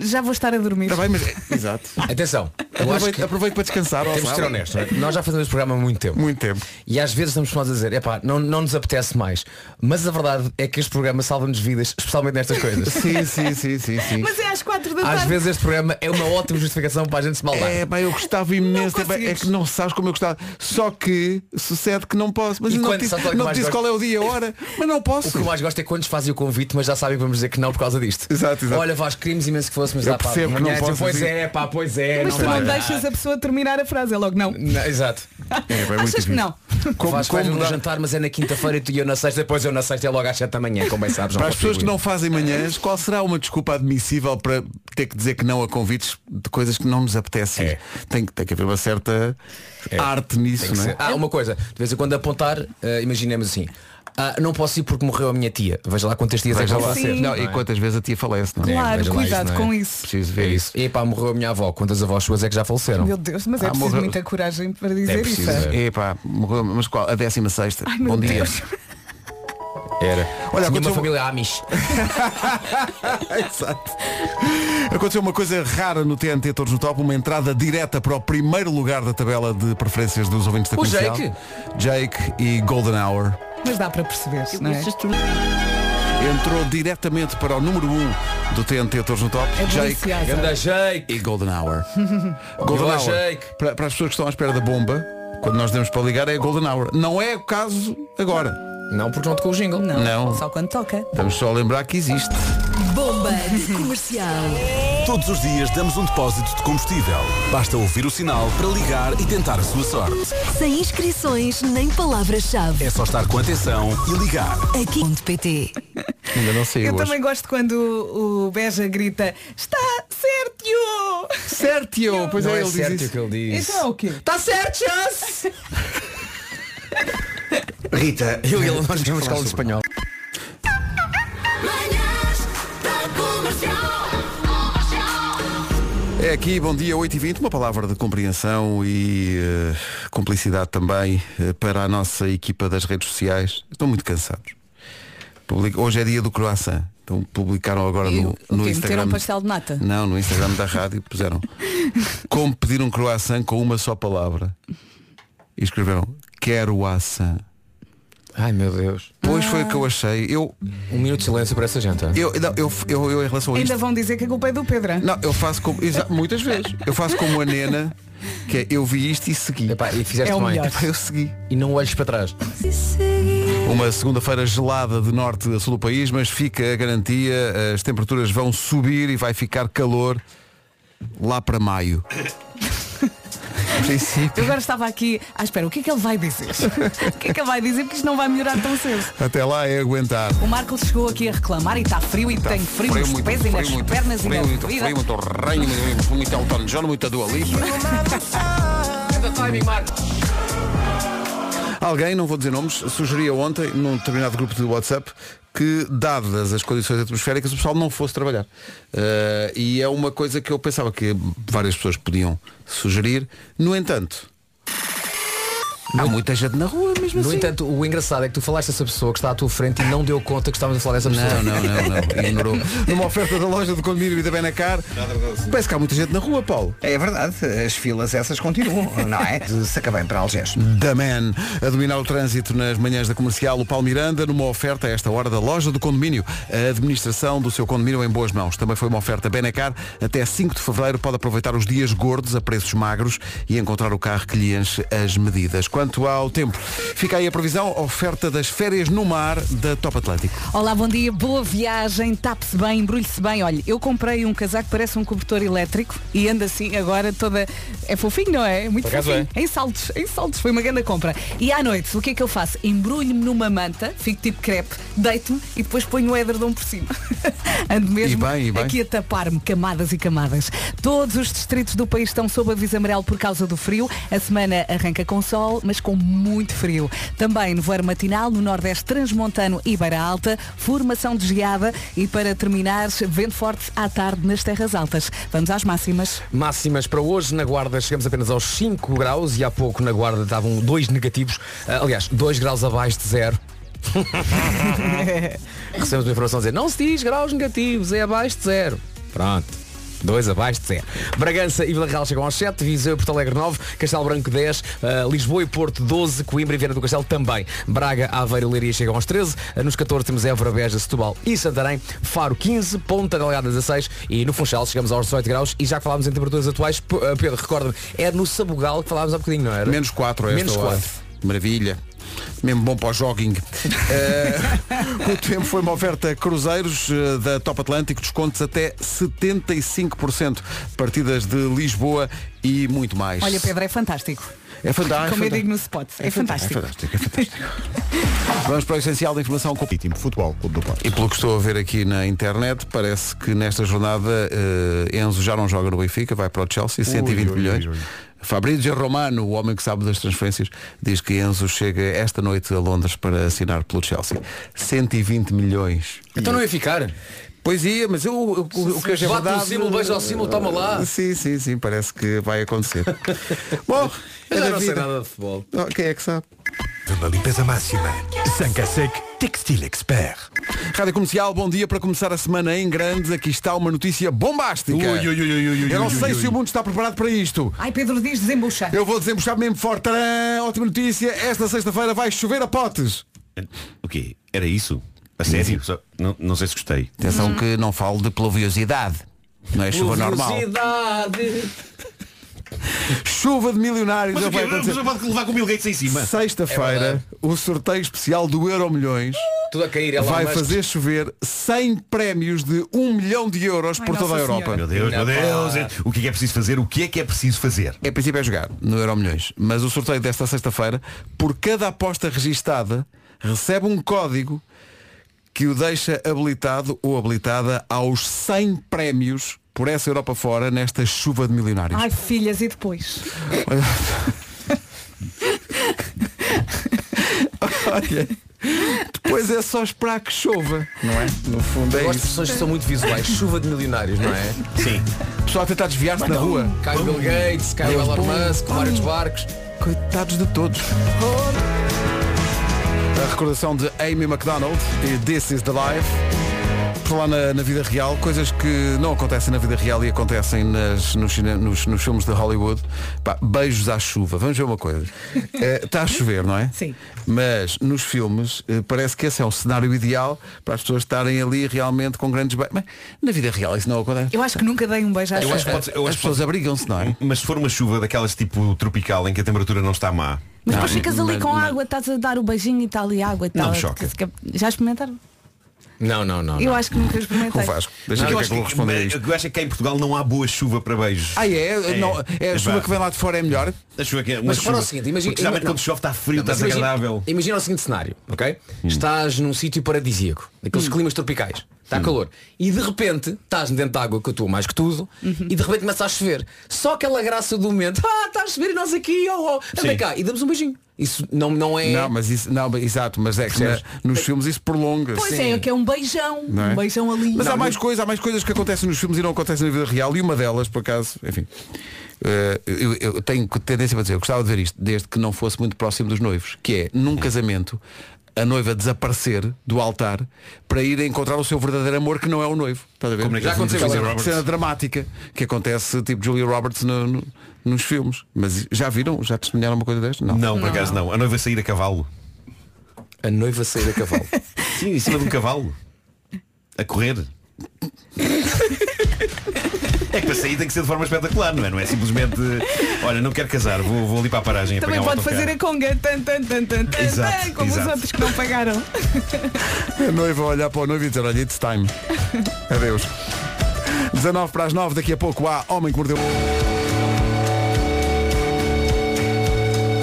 [SPEAKER 4] Já vou estar a dormir.
[SPEAKER 2] Está bem, mas. é- Exato.
[SPEAKER 8] Atenção, eu acho
[SPEAKER 2] Aproveito,
[SPEAKER 8] que
[SPEAKER 2] aproveito para descansar. ó,
[SPEAKER 8] temos que ser
[SPEAKER 2] sábado.
[SPEAKER 8] honestos. não é? Nós já fazemos este programa há muito tempo.
[SPEAKER 2] Muito tempo.
[SPEAKER 8] E às vezes estamos nós a dizer, epá, não, não nos apetece mais. Mas a verdade é que este programa salva-nos vidas, especialmente nestas coisas.
[SPEAKER 2] Sim, sim, sim, sim, sim.
[SPEAKER 4] Mas é às 4 da
[SPEAKER 8] Às
[SPEAKER 4] tarde.
[SPEAKER 8] vezes este programa é uma ótima justificação para a gente se maldar.
[SPEAKER 2] É, pá, eu gostava imenso. É, pá, é
[SPEAKER 4] conseguimos.
[SPEAKER 2] que não sabes como eu gostava. Só que sucede que não posso. Mas
[SPEAKER 8] E
[SPEAKER 2] eu não
[SPEAKER 8] quando
[SPEAKER 2] te disse,
[SPEAKER 8] sabe qual é que
[SPEAKER 2] não te
[SPEAKER 8] mais
[SPEAKER 2] disse
[SPEAKER 8] gosto?
[SPEAKER 2] qual é o dia e a hora. Mas não
[SPEAKER 8] O
[SPEAKER 2] posso.
[SPEAKER 8] que eu mais gosto é quando nos fazem o convite, mas já sabem que vamos dizer que não por causa disto.
[SPEAKER 2] Exato, exato.
[SPEAKER 8] Olha, Vasco, queríamos imenso que fosse, mas
[SPEAKER 2] Eu
[SPEAKER 8] dá pá,
[SPEAKER 2] percebo que
[SPEAKER 8] amanhã
[SPEAKER 2] não
[SPEAKER 8] é tipo,
[SPEAKER 2] posso
[SPEAKER 8] Pois
[SPEAKER 2] dizer.
[SPEAKER 8] é, pá, pois é.
[SPEAKER 4] Mas tu
[SPEAKER 8] vai
[SPEAKER 4] não
[SPEAKER 8] dar.
[SPEAKER 4] deixas a pessoa terminar a frase, é logo não.
[SPEAKER 8] Não, exato.
[SPEAKER 2] É, pá, é muito
[SPEAKER 4] Achas que
[SPEAKER 2] difícil.
[SPEAKER 4] não?
[SPEAKER 8] Como,
[SPEAKER 2] Como,
[SPEAKER 8] Vasco vai
[SPEAKER 2] como
[SPEAKER 8] no
[SPEAKER 2] dá-
[SPEAKER 8] jantar, mas é na quinta-feira e tu e eu na sexta, depois eu na sexta é logo às 7 da manhã, como bem sabes.
[SPEAKER 2] Para as
[SPEAKER 8] consigo
[SPEAKER 2] pessoas que
[SPEAKER 8] ir.
[SPEAKER 2] não fazem manhãs, qual será uma desculpa admissível para ter que dizer que não a convites de coisas que não nos apetecem?
[SPEAKER 8] É.
[SPEAKER 2] Tem, que- tem que haver uma certa arte nisso,
[SPEAKER 8] Tem que
[SPEAKER 2] não
[SPEAKER 8] ser.
[SPEAKER 2] é?
[SPEAKER 8] Ah, uma coisa, de vez em quando apontar, eh, imaginemos assim, ah, não posso ir porque morreu a minha tia. Veja lá quantas tias é que
[SPEAKER 2] Veja
[SPEAKER 8] já
[SPEAKER 2] lá.
[SPEAKER 8] vai ser.
[SPEAKER 2] Não,
[SPEAKER 8] não
[SPEAKER 2] e
[SPEAKER 8] é?
[SPEAKER 2] quantas vezes a tia falece, não é?
[SPEAKER 4] Claro,
[SPEAKER 8] veja lá
[SPEAKER 4] cuidado
[SPEAKER 8] isso, não é?
[SPEAKER 4] com isso.
[SPEAKER 2] Preciso
[SPEAKER 8] É
[SPEAKER 2] ver isso.
[SPEAKER 8] isso. E pá, morreu a minha avó. Quantas avós suas é que já faleceram?
[SPEAKER 4] Meu Deus, mas é
[SPEAKER 2] Ah,
[SPEAKER 4] preciso
[SPEAKER 2] morreu.
[SPEAKER 4] muita coragem para dizer
[SPEAKER 8] É preciso,
[SPEAKER 4] isso.
[SPEAKER 8] é.
[SPEAKER 2] Epá, morreu- mas qual? A 16 sexta.
[SPEAKER 4] Ai, meu
[SPEAKER 2] Bom dia.
[SPEAKER 4] Deus.
[SPEAKER 8] Era.
[SPEAKER 2] Olha,
[SPEAKER 8] Tinha uma
[SPEAKER 2] aconteceu- um-
[SPEAKER 8] família Amish.
[SPEAKER 2] Exato. Aconteceu uma coisa rara no TNT Todos no Top, uma entrada direta para o primeiro lugar da tabela de preferências dos ouvintes da
[SPEAKER 4] O
[SPEAKER 2] comercial.
[SPEAKER 4] Jake.
[SPEAKER 2] Jake e Golden Hour.
[SPEAKER 8] é.
[SPEAKER 4] Mas dá para perceber, não é?
[SPEAKER 2] Entrou diretamente para o número 1 um do TNT Todos no Top.
[SPEAKER 4] É
[SPEAKER 2] Jake,
[SPEAKER 4] deliciosa. Ganda
[SPEAKER 8] Jake
[SPEAKER 2] e Golden Hour. Golden
[SPEAKER 8] Boa,
[SPEAKER 2] Hour.
[SPEAKER 8] Jake.
[SPEAKER 2] Para, para as pessoas que estão à espera da bomba, quando nós demos para ligar é a Golden Hour. Não é o caso agora.
[SPEAKER 8] Não, porque não tocou o jingle.
[SPEAKER 2] Não.
[SPEAKER 4] Só quando toca.
[SPEAKER 2] Estamos só a lembrar que existe.
[SPEAKER 12] Bomba de comercial.
[SPEAKER 13] Todos os dias damos um depósito de combustível. Basta ouvir o sinal para ligar e tentar a sua sorte.
[SPEAKER 12] Sem inscrições nem palavras-chave.
[SPEAKER 13] É só estar com atenção e ligar.
[SPEAKER 12] Aqui. .pt.
[SPEAKER 2] Ainda não saiu
[SPEAKER 4] Eu
[SPEAKER 2] hoje.
[SPEAKER 4] também gosto quando o Beja grita Está certo!
[SPEAKER 2] Certo! Pois
[SPEAKER 8] Não
[SPEAKER 2] é,
[SPEAKER 8] é
[SPEAKER 2] ele diz
[SPEAKER 8] certo
[SPEAKER 2] isso.
[SPEAKER 8] o que ele diz.
[SPEAKER 4] Então é o quê?
[SPEAKER 8] Está certo, chance!
[SPEAKER 2] Rita,
[SPEAKER 8] eu e ele nós
[SPEAKER 2] temos que
[SPEAKER 8] vamos
[SPEAKER 2] falar
[SPEAKER 8] escola
[SPEAKER 2] sobre-
[SPEAKER 8] de espanhol.
[SPEAKER 2] É aqui, bom dia, 8h20, uma palavra de compreensão e eh, cumplicidade também eh, para a nossa equipa das redes sociais. Estão muito cansados. Public- Hoje é dia do croissant. Então publicaram agora
[SPEAKER 4] E
[SPEAKER 2] no,
[SPEAKER 4] o quê?
[SPEAKER 2] no
[SPEAKER 4] Meteram
[SPEAKER 2] Instagram.
[SPEAKER 4] um pastel de nata?
[SPEAKER 2] Não, no Instagram da rádio puseram como pedir um croissant com uma só palavra. E escreveram quero assam.
[SPEAKER 8] Ai meu Deus.
[SPEAKER 2] Pois foi o que eu
[SPEAKER 4] Ah.
[SPEAKER 2] achei. Eu,
[SPEAKER 8] um minuto de silêncio para essa gente.
[SPEAKER 2] Eu, não, eu, eu, eu em relação a isto.
[SPEAKER 4] Ainda vão dizer que a culpa é do Pedro. hein?
[SPEAKER 2] Não, eu faço como. exa- muitas vezes. Eu faço como a Nena, que é eu vi isto e segui.
[SPEAKER 8] e fizeste
[SPEAKER 2] É o
[SPEAKER 8] bem.
[SPEAKER 2] melhor. Epá, eu segui.
[SPEAKER 8] E não olhes para trás.
[SPEAKER 2] Uma segunda-feira gelada de norte a sul do país, mas fica a garantia, as temperaturas vão subir e vai ficar calor lá para maio. Em
[SPEAKER 4] Eu
[SPEAKER 2] princípio.
[SPEAKER 4] agora estava aqui à espera, o que é que ele vai dizer? o que é que ele vai dizer? Porque isto não vai melhorar tão cedo.
[SPEAKER 2] Até lá é aguentar.
[SPEAKER 4] O Marco chegou aqui a reclamar e está frio e tem frio, nos pés e nas pernas e na
[SPEAKER 2] muito frio,
[SPEAKER 4] vida.
[SPEAKER 2] muito ranho, muito, muito Elton John, muita Dua Lipa. Alguém, não vou dizer nomes, sugeria ontem, num determinado grupo de WhatsApp, que dadas as condições atmosféricas o pessoal não fosse trabalhar. Eh, e é uma coisa que eu pensava que várias pessoas podiam sugerir. No entanto, há muita gente na rua mesmo
[SPEAKER 8] No
[SPEAKER 2] assim.
[SPEAKER 8] entanto, o engraçado é que tu falaste a essa pessoa que está à tua frente e não deu conta que estávamos a falar dessa
[SPEAKER 2] Não,
[SPEAKER 8] pessoa.
[SPEAKER 2] não, não, não. Ignorou. Numa oferta da loja de condomínio e da Benacar, parece que há muita gente na rua, Paulo.
[SPEAKER 14] É verdade, as filas essas continuam, não é? De Sacabém para Algés.
[SPEAKER 2] The Man, a dominar o trânsito nas manhãs da comercial, o Paulo Miranda, numa oferta a esta hora da loja do condomínio. A administração do seu condomínio em boas mãos. Também foi uma oferta Benacar. Até 5 de fevereiro pode aproveitar os dias gordos a preços magros e encontrar o carro que lhe enche as medidas. Quanto ao tempo, fica aí a previsão, oferta das férias no mar da Top Atlântico.
[SPEAKER 4] Olá, bom dia, boa viagem, tape-se bem, embrulhe-se bem. Olha, eu comprei um casaco que parece um cobertor elétrico e anda assim agora toda. É fofinho, não é? É Muito
[SPEAKER 8] Por acaso
[SPEAKER 4] fofinho. Em saltos, em saltos, foi uma grande compra. E à noite, o que é que eu faço? Embrulho-me numa manta, fico tipo crepe, deito-me e depois ponho o edredom por cima. Ando mesmo
[SPEAKER 2] E bem, e bem.
[SPEAKER 4] aqui a tapar-me camadas e camadas. Todos os distritos do país estão sob aviso amarelo por causa do frio. A semana arranca com sol, mas com muito frio. Também nevoeiro matinal no Nordeste Transmontano e Beira Alta, formação de geada e para terminar, vento forte à tarde nas terras altas. Vamos às máximas.
[SPEAKER 8] Máximas para hoje, na Guarda chegamos apenas aos 5 graus e há pouco na Guarda estavam dois negativos, Ah, aliás, 2 graus abaixo de zero. Recebemos uma informação a dizer, não se diz graus negativos, é abaixo de zero. Pronto. Dois abaixo de zero. Bragança e Vila Real chegam aos 7, Viseu e Porto Alegre 9, Castelo Branco 10, ah, Lisboa e Porto 12, Coimbra e Viana do Castelo também. Braga, Aveiro e Leiria chegam aos 13, ah, nos 14 temos Évora, Beja, Setúbal e Santarém, Faro 15, Ponta Delgada 16 e no Funchal chegamos aos 18 graus e já que falámos em temperaturas atuais, P- ah, Pedro, recorda-me, era no Sabugal que falámos há bocadinho, não era?
[SPEAKER 2] Menos 4 a esta
[SPEAKER 8] Menos
[SPEAKER 2] hora.
[SPEAKER 8] 4.
[SPEAKER 2] Maravilha. Mesmo bom para o jogging. Eh, o tempo foi uma oferta Cruzeiros eh, da Top Atlântico, descontos até 75%, partidas de Lisboa e muito mais.
[SPEAKER 4] Olha, Pedro, é fantástico.
[SPEAKER 2] É fantástico.
[SPEAKER 4] Como eu digo no spot. É, fantástico.
[SPEAKER 2] É fantástico. Vamos para o essencial da informação com o Pitimo Futebol Clube do Porto. E pelo que estou a ver aqui na internet, parece que nesta jornada eh, Enzo já não joga no Benfica, vai para o Chelsea, 120
[SPEAKER 15] ui,
[SPEAKER 2] milhões. Fabrício Romano, o homem que sabe das transferências, diz que Enzo chega esta noite a Londres para assinar pelo Chelsea. 120 milhões.
[SPEAKER 8] Então não ia ficar?
[SPEAKER 2] Pois ia, mas eu, eu- o, o que hoje é
[SPEAKER 8] Bate no
[SPEAKER 2] verdade...
[SPEAKER 8] símbolo, beija ao símbolo, toma lá.
[SPEAKER 2] Sim, sim, sim, parece que vai acontecer. Bom, é
[SPEAKER 8] Eu já
[SPEAKER 2] da
[SPEAKER 8] não sei
[SPEAKER 2] vida.
[SPEAKER 8] nada de futebol.
[SPEAKER 2] Oh, Quem é que sabe?
[SPEAKER 15] Uma limpeza máxima.
[SPEAKER 2] 5 a Sec Textil Expert. Rádio Comercial, bom dia para começar a semana em grande. Aqui está uma notícia bombástica.
[SPEAKER 15] Ui, ui, ui, ui, ui, ui,
[SPEAKER 2] Eu não
[SPEAKER 15] ui,
[SPEAKER 2] sei
[SPEAKER 15] ui.
[SPEAKER 2] se o mundo está preparado para isto.
[SPEAKER 4] Ai, Pedro diz desembucha.
[SPEAKER 2] Eu vou desembuchar mesmo forte. Tcharam! Ótima notícia. Esta sexta-feira vai chover a potes.
[SPEAKER 16] O quê? Era isso? A sério? Só- Não, não sei se gostei.
[SPEAKER 2] Atenção que não falo de pluviosidade. Não é chuva normal. Chuva de milionários.
[SPEAKER 16] Mas o
[SPEAKER 2] já vai
[SPEAKER 16] quê?
[SPEAKER 2] acontecer.
[SPEAKER 16] Mas pode levar com o Bill Gates em cima. É
[SPEAKER 2] Sexta-feira,
[SPEAKER 16] verdade.
[SPEAKER 2] o sorteio especial do Euro Milhões
[SPEAKER 8] Tudo a cair, Elon
[SPEAKER 14] é
[SPEAKER 2] vai
[SPEAKER 8] Musk.
[SPEAKER 2] fazer chover 100 prémios de 1 milhão de euros por toda a Europa.
[SPEAKER 16] Meu Deus, meu Deus. O que é que é preciso fazer? O que é que é preciso fazer?
[SPEAKER 2] Em princípio é jogar no Euro Milhões. Mas o sorteio desta sexta-feira, por cada aposta registada, recebe um código que o deixa habilitado ou habilitada aos 100 prémios por essa Europa fora nesta chuva de milionários.
[SPEAKER 4] Ai, filhas, e depois?
[SPEAKER 2] Olha, depois é só esperar que chova, não é? No fundo é
[SPEAKER 8] Eu gosto de
[SPEAKER 2] isso.
[SPEAKER 8] pessoas que são muito visuais. Chuva de milionários, não é?
[SPEAKER 16] Sim.
[SPEAKER 2] Pessoal a tentar desviar-se na rua.
[SPEAKER 8] Cai o Bill Gates, cai o
[SPEAKER 2] Eles,
[SPEAKER 8] Elon
[SPEAKER 2] pum,
[SPEAKER 8] Musk,
[SPEAKER 2] pum.
[SPEAKER 8] vários barcos.
[SPEAKER 2] Coitados de todos. A recordação de Amy McDonald e This is the Life. Por lá na, na vida real, coisas que não acontecem na vida real e acontecem nas- nos, cine- nos- nos filmes de Hollywood. Pá, beijos à chuva. Vamos ver uma coisa. Eh, Está a chover, não é? Sim. Mas nos filmes eh, parece que esse é o cenário ideal para as pessoas estarem ali realmente com grandes beijos. Mas na vida real isso não acontece.
[SPEAKER 4] Eu acho que nunca dei um beijo à
[SPEAKER 16] Eu acho que
[SPEAKER 4] chuva.
[SPEAKER 16] pode ser- eu
[SPEAKER 2] As
[SPEAKER 16] acho que
[SPEAKER 2] pessoas
[SPEAKER 16] pode-
[SPEAKER 2] abrigam-se, não é?
[SPEAKER 16] Mas se for uma chuva daquelas tipo tropical em que a temperatura não está má.
[SPEAKER 4] Mas depois
[SPEAKER 16] Não,
[SPEAKER 4] ficas ali
[SPEAKER 16] na-
[SPEAKER 4] com
[SPEAKER 16] na-
[SPEAKER 4] água, estás a dar o beijinho e está ali água e
[SPEAKER 16] Não
[SPEAKER 4] tal.
[SPEAKER 16] me choca.
[SPEAKER 4] Já experimentaram?
[SPEAKER 8] Não, não, não.
[SPEAKER 4] eu acho que nunca experimentei.
[SPEAKER 2] Deixa
[SPEAKER 16] Não,
[SPEAKER 2] eu ver
[SPEAKER 16] eu
[SPEAKER 2] o que é
[SPEAKER 16] acho
[SPEAKER 2] que eu vou responder a
[SPEAKER 16] mas Eu acho é que cá em Portugal não há boa chuva para beijos.
[SPEAKER 2] Ah, é? Não- é a chuva
[SPEAKER 16] pá.
[SPEAKER 2] que vem lá de fora é melhor?
[SPEAKER 16] A chuva que é uma
[SPEAKER 8] Mas
[SPEAKER 16] chuva.
[SPEAKER 8] repara o seguinte, imagina.
[SPEAKER 16] Porque geralmente
[SPEAKER 8] não-
[SPEAKER 16] quando chove está frio,
[SPEAKER 8] Não,
[SPEAKER 16] está
[SPEAKER 8] mas imagina-
[SPEAKER 16] desagradável.
[SPEAKER 8] Imagina o seguinte cenário, ok? Estás num sítio paradisíaco, daqueles climas tropicais, está calor, e de repente estás dentro de água que eu estou mais que tudo, e de repente começa a chover. Só aquela graça do momento, ah, está a chover e nós aqui, oh, oh, anda
[SPEAKER 2] Sim.
[SPEAKER 8] cá, e damos um beijinho. Isso não, não é.
[SPEAKER 2] Não, mas isso, não, mas- exato, mas é que na-
[SPEAKER 8] Percebes?
[SPEAKER 2] nos filmes isso prolonga.
[SPEAKER 4] Pois é, é, que é um beijão.
[SPEAKER 2] Não é?
[SPEAKER 4] Um beijão ali.
[SPEAKER 2] Mas há mais coisas, há mais coisas que acontecem nos filmes e não acontecem na vida real e uma delas, por acaso, enfim. eh, eu, eu tenho tendência para dizer, eu gostava de ver isto, desde que não fosse muito próximo dos noivos, que é num casamento a noiva desaparecer do altar para ir encontrar o seu verdadeiro amor que não é o noivo. Estás a ver?
[SPEAKER 16] Como naquele
[SPEAKER 2] Já
[SPEAKER 16] filme de
[SPEAKER 2] aconteceu
[SPEAKER 16] Julia
[SPEAKER 2] isso.
[SPEAKER 16] Roberts.
[SPEAKER 2] cena dramática que acontece tipo Julia Roberts no- no- nos filmes. Mas já viram? Já testemunharam uma coisa desta? Não.
[SPEAKER 16] Não, por acaso não. A noiva sair a cavalo.
[SPEAKER 8] A noiva sair a cavalo.
[SPEAKER 16] Sim, em cima de um cavalo. A correr. É que para sair tem que ser de forma espetacular, não é? Não é simplesmente olha, não quero casar, vou, vou ali para a paragem
[SPEAKER 4] Também
[SPEAKER 16] apanhar
[SPEAKER 4] pode
[SPEAKER 16] o
[SPEAKER 4] fazer
[SPEAKER 16] autocarro.
[SPEAKER 4] a conga, tan, tan, tan, tan, tan,
[SPEAKER 16] Exato,
[SPEAKER 4] como os
[SPEAKER 16] exato.
[SPEAKER 4] outros que não pagaram.
[SPEAKER 2] A noiva olhar para o noivo e dizer, olha, it's time. Adeus. 19 para as 9, daqui a pouco há Homem que Mordeu. o-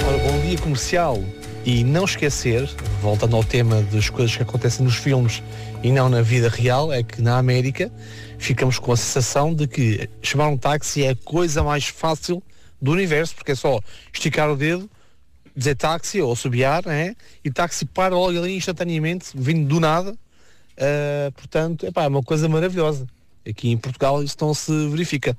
[SPEAKER 15] Ora, bom dia comercial. E não esquecer, voltando ao tema das coisas que acontecem nos filmes e não na vida real, é que na América ficamos com a sensação de que chamar um táxi é a coisa mais fácil do universo, porque é só esticar o dedo, dizer táxi ou subiar, né? e táxi para logo ali instantaneamente, vindo do nada. Ah, portanto, epá, é uma coisa maravilhosa. Aqui em Portugal isso não se verifica.